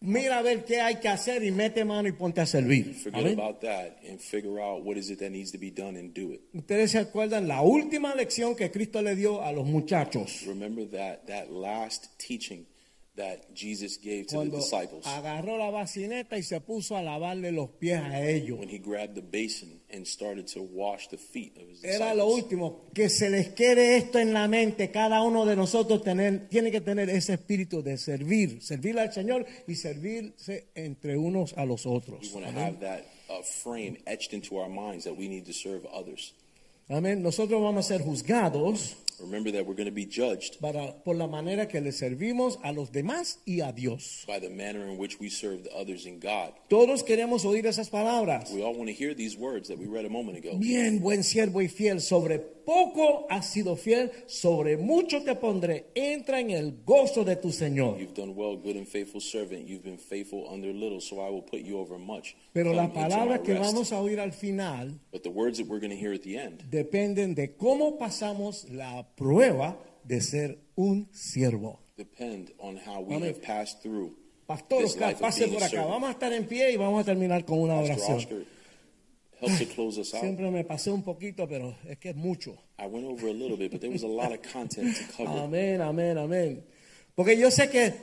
Speaker 2: Mira a ver qué hay que hacer y mete mano y ponte a servir.
Speaker 3: Forget
Speaker 2: Amén.
Speaker 3: about that and figure out what is it that needs to be done and do it.
Speaker 2: Ustedes se acuerdan la última lección que Cristo le dio a los muchachos.
Speaker 3: Remember that that last teaching that Jesus gave to the
Speaker 2: Cuando
Speaker 3: disciples
Speaker 2: agarró la bacineta y se puso a lavarle los pies a ellos.
Speaker 3: when he grabbed the basin and started to wash the feet of his
Speaker 2: Era lo
Speaker 3: disciples.
Speaker 2: último, que se les quede esto en la mente. Cada uno de nosotros tener, tiene que tener ese espíritu de servir, servir al Señor y servirse entre unos a los
Speaker 3: We
Speaker 2: otros.
Speaker 3: want to have that uh, frame etched into our minds that we need to serve others.
Speaker 2: Amén. Nosotros vamos a ser juzgados
Speaker 3: Remember that we're going to be judged
Speaker 2: para, por la manera que le servimos a los demás y a Dios.
Speaker 3: by the manner in which we serve the others in God.
Speaker 2: Todos queremos oír esas palabras.
Speaker 3: We all want to hear these words that we read a moment ago.
Speaker 2: Bien, buen siervo y fiel, sobre poco has sido fiel, sobre mucho te pondré. Entra en el gozo de tu Señor.
Speaker 3: You've done well, good and faithful servant. You've been faithful under little, so I will put you over much.
Speaker 2: Pero
Speaker 3: Come
Speaker 2: las
Speaker 3: into my
Speaker 2: palabras que
Speaker 3: rest.
Speaker 2: vamos a oír al final
Speaker 3: But the words that we're going to hear at the end
Speaker 2: dependen de cómo pasamos la prueba de ser un siervo.
Speaker 3: depend on how we
Speaker 2: Amén.
Speaker 3: have passed through.
Speaker 2: Pastor
Speaker 3: this
Speaker 2: Oscar,
Speaker 3: life of
Speaker 2: pase
Speaker 3: being a
Speaker 2: por acá.
Speaker 3: servant.
Speaker 2: Vamos a estar en pie y vamos a terminar con una
Speaker 3: Pastor
Speaker 2: oración.
Speaker 3: Oscar, help to close us out.
Speaker 2: Siempre me pasé un poquito, pero es que es mucho.
Speaker 3: I went over a little bit, but there was a lot of content to cover
Speaker 2: Amén, amén, amén. Porque yo sé que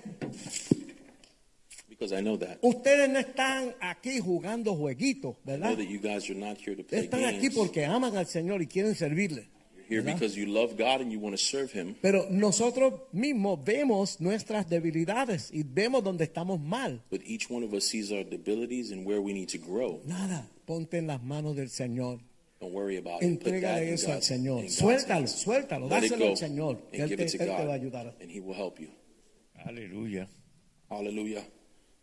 Speaker 3: because I know that.
Speaker 2: ustedes no están aquí jugando jueguitos,
Speaker 3: I know
Speaker 2: ¿verdad?
Speaker 3: that you guys are not here to play
Speaker 2: Están aquí
Speaker 3: games.
Speaker 2: porque aman al Señor y quieren servirle.
Speaker 3: You're here
Speaker 2: ¿verdad?
Speaker 3: because you love God and you want to serve Him.
Speaker 2: Pero nosotros mismos vemos nuestras debilidades y vemos donde estamos mal.
Speaker 3: But each one of us sees our debilities and where we need to grow.
Speaker 2: Nada, ponte en las manos del Señor.
Speaker 3: Don't worry about it. Put that
Speaker 2: Entrégale
Speaker 3: in
Speaker 2: eso al
Speaker 3: God's- in
Speaker 2: Señor.
Speaker 3: God's
Speaker 2: Suéltalo,
Speaker 3: hands.
Speaker 2: suéltalo,
Speaker 3: Let it
Speaker 2: dáselo al
Speaker 3: go
Speaker 2: Señor. que
Speaker 3: and
Speaker 2: Él
Speaker 3: give
Speaker 2: te,
Speaker 3: it to
Speaker 2: Él te va a
Speaker 3: God,
Speaker 2: ayudar.
Speaker 3: and He will help you.
Speaker 4: Aleluya.
Speaker 3: Hallelujah.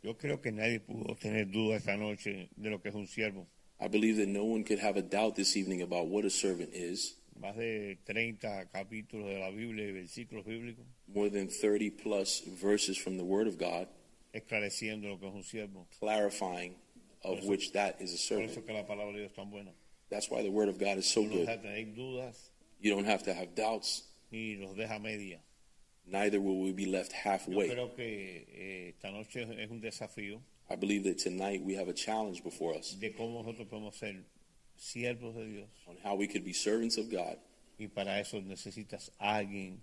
Speaker 4: Yo creo que nadie pudo tener duda esta noche de lo que es un siervo.
Speaker 3: I believe that no one could have a doubt this evening about what a servant is.
Speaker 4: Más de 30 capítulos de la Biblia y versículos bíblicos
Speaker 3: More than 30 plus verses from the Word of God
Speaker 4: esclareciendo lo que es un siervo.
Speaker 3: clarifying of which that is a
Speaker 4: Por eso
Speaker 3: servant.
Speaker 4: que la palabra de Dios es tan buena.
Speaker 3: That's why the Word of God is so
Speaker 4: No nos
Speaker 3: good.
Speaker 4: deja tener dudas
Speaker 3: You don't have to have doubts,
Speaker 4: ni nos deja media.
Speaker 3: neither will we be left
Speaker 4: Yo
Speaker 3: halfway.
Speaker 4: creo que eh, esta noche es un desafío
Speaker 3: I believe that tonight we have a challenge before us
Speaker 4: de cómo nosotros podemos ser siervos de Dios.
Speaker 3: on how we could be servants of God.
Speaker 4: Y para eso necesitas a alguien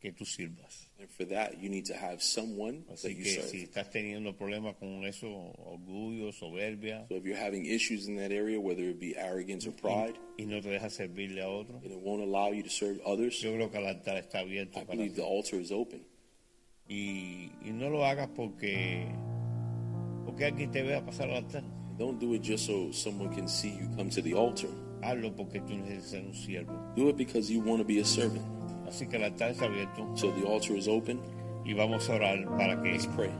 Speaker 4: que tú sirvas.
Speaker 3: And for that, you need to have someone that
Speaker 4: Así
Speaker 3: you
Speaker 4: que
Speaker 3: serve.
Speaker 4: si estás teniendo problemas con eso, orgullo, soberbia,
Speaker 3: So if you're having issues in that area, whether it be arrogance or
Speaker 4: Mm-hmm.
Speaker 3: pride,
Speaker 4: y, y no te dejas servirle a otro,
Speaker 3: and it won't allow you to serve others,
Speaker 4: yo creo que el altar está abierto
Speaker 3: I
Speaker 4: para
Speaker 3: believe
Speaker 4: ti.
Speaker 3: the altar is open.
Speaker 4: Y, y no lo hagas porque, porque alguien te vea pasar al altar.
Speaker 3: Don't do it just so someone can see you come to the altar.
Speaker 4: Hazlo porque tú necesitas ser un siervo.
Speaker 3: Do it because you want to be a servant.
Speaker 4: Así que el altar está abierto
Speaker 3: So the altar is open.
Speaker 4: y vamos a orar para que
Speaker 3: Let's pray.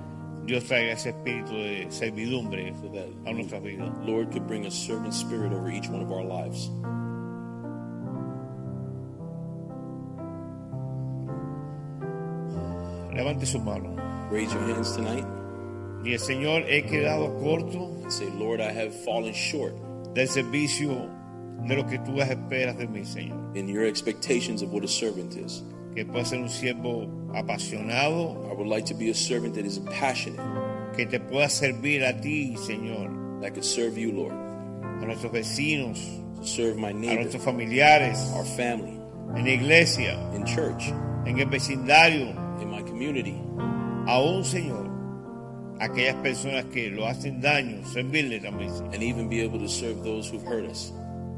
Speaker 4: Dios traiga ese espíritu de servidumbre
Speaker 3: So
Speaker 4: a nuestras
Speaker 3: that
Speaker 4: vidas.
Speaker 3: Lord could bring a servant spirit over each one of our lives.
Speaker 4: Levante su mano.
Speaker 3: Raise your hands tonight
Speaker 4: Y el Señor, he quedado corto
Speaker 3: and say, Lord, I have fallen short
Speaker 4: del servicio de lo que tú esperas de mí, Señor.
Speaker 3: in your expectations of what a servant is.
Speaker 4: Que pueda ser un siervo apasionado,
Speaker 3: I would like to be a servant that is passionate,
Speaker 4: que te pueda servir a ti, Señor,
Speaker 3: that could serve you, Lord,
Speaker 4: a nuestros vecinos,
Speaker 3: to serve my
Speaker 4: a
Speaker 3: neighbor,
Speaker 4: nuestros familiares,
Speaker 3: our family,
Speaker 4: en la iglesia,
Speaker 3: in church,
Speaker 4: en el vecindario,
Speaker 3: in my community,
Speaker 4: aún, Señor, aquellas personas que lo hacen daño, servirle también. Señor.
Speaker 3: and even be able to serve those who've hurt us.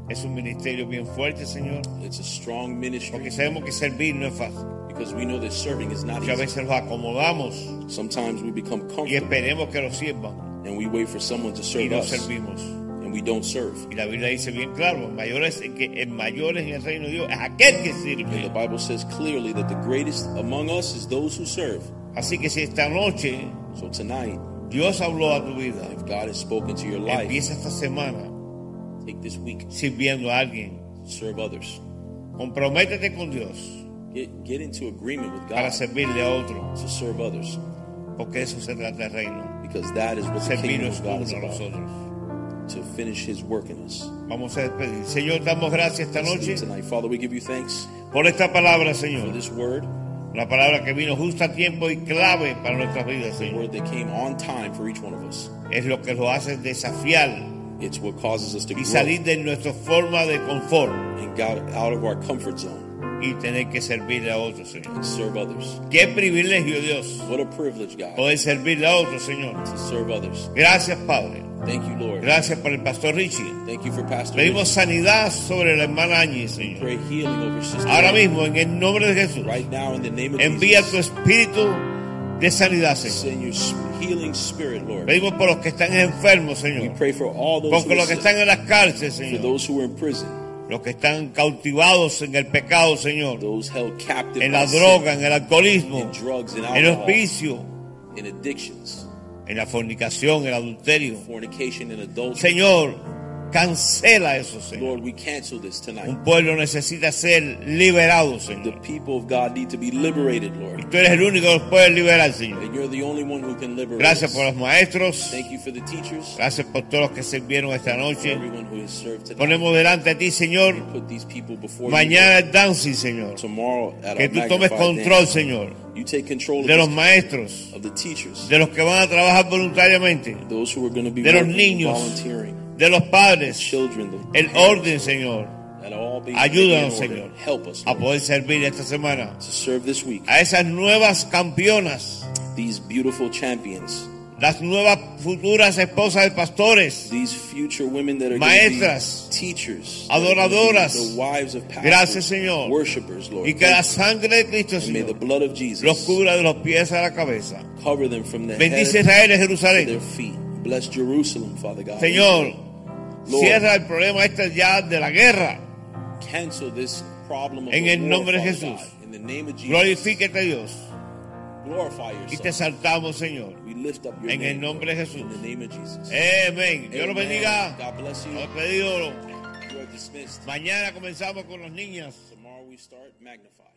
Speaker 4: Es un ministerio bien fuerte, Señor,
Speaker 3: It's a strong ministry
Speaker 4: porque sabemos que servir no es fácil.
Speaker 3: because we know that serving is not
Speaker 4: Muchas
Speaker 3: easy.
Speaker 4: veces los acomodamos
Speaker 3: Sometimes we become
Speaker 4: y
Speaker 3: comfortable
Speaker 4: esperemos que los sirvan
Speaker 3: and we wait for someone to
Speaker 4: y
Speaker 3: serve
Speaker 4: no
Speaker 3: us
Speaker 4: servimos.
Speaker 3: and we don't serve.
Speaker 4: Y la Biblia dice bien claro, el mayor es el que el mayor en el reino de Dios es aquel que
Speaker 3: And the
Speaker 4: sirve.
Speaker 3: Bible says clearly that the greatest among us is those who serve.
Speaker 4: Así que si esta noche
Speaker 3: So tonight,
Speaker 4: Dios habló a tu vida,
Speaker 3: if God has spoken to your life,
Speaker 4: empieza esta semana
Speaker 3: take this week,
Speaker 4: sirviendo a alguien.
Speaker 3: serve others.
Speaker 4: Comprométete con Dios
Speaker 3: Get, get into agreement with
Speaker 4: para
Speaker 3: God
Speaker 4: servirle a otro,
Speaker 3: to serve others
Speaker 4: porque eso se trata del reino.
Speaker 3: because that is what the kingdom
Speaker 4: Servirnos
Speaker 3: of God
Speaker 4: unos
Speaker 3: is
Speaker 4: a los
Speaker 3: about,
Speaker 4: otros.
Speaker 3: to finish his work in us.
Speaker 4: Vamos a despedir. Señor, damos gracias esta
Speaker 3: Let's
Speaker 4: noche
Speaker 3: leave Tonight, Father, we give you thanks
Speaker 4: por esta palabra,
Speaker 3: for
Speaker 4: Señor.
Speaker 3: this word,
Speaker 4: La palabra que vino justo a tiempo y clave para nuestras vidas,
Speaker 3: the
Speaker 4: Señor.
Speaker 3: word that came on time for each one of us.
Speaker 4: Es lo que lo hace desafiar
Speaker 3: It's what causes us to
Speaker 4: y
Speaker 3: grow
Speaker 4: salir de nuestra forma de confort.
Speaker 3: and got out of our comfort zone
Speaker 4: y tener que servirle a otros, Señor.
Speaker 3: and serve others.
Speaker 4: Qué privilegio, Dios,
Speaker 3: What a privilege, God,
Speaker 4: poder servirle a otros, Señor.
Speaker 3: to serve others.
Speaker 4: Gracias, Padre.
Speaker 3: Thank you, Lord.
Speaker 4: Gracias por el pastor Richie.
Speaker 3: Thank you for Pastor.
Speaker 4: Pedimos
Speaker 3: Richie.
Speaker 4: sanidad sobre la hermana Áñez, Señor.
Speaker 3: Pray healing over Sister.
Speaker 4: Ahora
Speaker 3: Ann.
Speaker 4: mismo, en el nombre de Jesús,
Speaker 3: Right now, in the name of
Speaker 4: envía tu
Speaker 3: Jesus,
Speaker 4: espíritu de sanidad, Señor.
Speaker 3: send your sp- healing spirit, Lord.
Speaker 4: Pedimos por los que están enfermos,
Speaker 3: We
Speaker 4: Señor.
Speaker 3: pray for all those who
Speaker 4: Porque
Speaker 3: are
Speaker 4: los que
Speaker 3: sick,
Speaker 4: están en las cárceles,
Speaker 3: for
Speaker 4: Señor.
Speaker 3: those who are in prison,
Speaker 4: Los que están cautivados en el pecado, Señor.
Speaker 3: those held captive
Speaker 4: En
Speaker 3: by
Speaker 4: la
Speaker 3: sin,
Speaker 4: droga, en el alcoholismo,
Speaker 3: in drugs, and
Speaker 4: en los
Speaker 3: alcohol,
Speaker 4: vicios,
Speaker 3: in addictions,
Speaker 4: en la fornicación, en el adulterio.
Speaker 3: fornication, and adultery.
Speaker 4: Señor, cancela eso, Señor.
Speaker 3: Lord, we cancel this tonight.
Speaker 4: Un pueblo necesita ser liberado,
Speaker 3: The
Speaker 4: Señor.
Speaker 3: people of God need to be liberated, Lord.
Speaker 4: Tú eres el único que los puede liberar, Señor.
Speaker 3: And you're the only one who can liberate
Speaker 4: Gracias
Speaker 3: us.
Speaker 4: por los maestros.
Speaker 3: Thank you for the teachers,
Speaker 4: Gracias por todos los que sirvieron esta
Speaker 3: for
Speaker 4: noche.
Speaker 3: everyone who has served tonight.
Speaker 4: Ponemos delante de ti, Señor.
Speaker 3: Put these people before
Speaker 4: Mañana
Speaker 3: you.
Speaker 4: es dancing, Señor.
Speaker 3: Tomorrow at
Speaker 4: Que
Speaker 3: our
Speaker 4: tú tomes
Speaker 3: magnified
Speaker 4: control,
Speaker 3: day.
Speaker 4: Señor,
Speaker 3: You take control of
Speaker 4: de los
Speaker 3: this-
Speaker 4: maestros,
Speaker 3: of the teachers,
Speaker 4: de los que van a trabajar voluntariamente,
Speaker 3: those who are going to be
Speaker 4: de los
Speaker 3: working,
Speaker 4: niños.
Speaker 3: volunteering,
Speaker 4: de los padres,
Speaker 3: children, the
Speaker 4: el
Speaker 3: parents,
Speaker 4: orden, Señor.
Speaker 3: that all be
Speaker 4: Ayúdanos,
Speaker 3: in order.
Speaker 4: Señor,
Speaker 3: Help us
Speaker 4: a
Speaker 3: Lord,
Speaker 4: poder servir esta semana
Speaker 3: to serve this week
Speaker 4: a esas nuevas campeonas.
Speaker 3: these beautiful champions,
Speaker 4: las nuevas futuras esposas de pastores.
Speaker 3: these future women that are going to
Speaker 4: Maestras.
Speaker 3: be teachers, that are gonna be
Speaker 4: Adoradoras.
Speaker 3: the wives of pastors,
Speaker 4: Gracias, Señor.
Speaker 3: worshipers, Lord.
Speaker 4: Y que la
Speaker 3: Thank
Speaker 4: sangre de Cristo,
Speaker 3: you. And may the
Speaker 4: Señor,
Speaker 3: blood of
Speaker 4: los
Speaker 3: Jesus
Speaker 4: cubra de los pies a la cabeza.
Speaker 3: cover them from their
Speaker 4: Bendice
Speaker 3: head
Speaker 4: Israel y
Speaker 3: to their
Speaker 4: Jerusalén.
Speaker 3: feet. Bless Jerusalem, Father God.
Speaker 4: Señor,
Speaker 3: Lord,
Speaker 4: Cierra el problema este ya de la guerra.
Speaker 3: cancel this problem of
Speaker 4: En
Speaker 3: the
Speaker 4: el
Speaker 3: war,
Speaker 4: nombre de
Speaker 3: Father
Speaker 4: Jesús.
Speaker 3: God. In the name of Jesus,
Speaker 4: Glorifíquete Dios.
Speaker 3: glorify
Speaker 4: Y te
Speaker 3: yourself.
Speaker 4: saltamos, Señor.
Speaker 3: We lift up your
Speaker 4: En el
Speaker 3: name,
Speaker 4: nombre de
Speaker 3: Lord.
Speaker 4: Jesús.
Speaker 3: In the name of Jesus.
Speaker 4: Amén. Eh, Dios los
Speaker 3: Amen.
Speaker 4: bendiga.
Speaker 3: God bless you.
Speaker 4: Los pedidos.
Speaker 3: You are dismissed.
Speaker 4: Mañana comenzamos con las niñas.
Speaker 3: Tomorrow we start Magnify.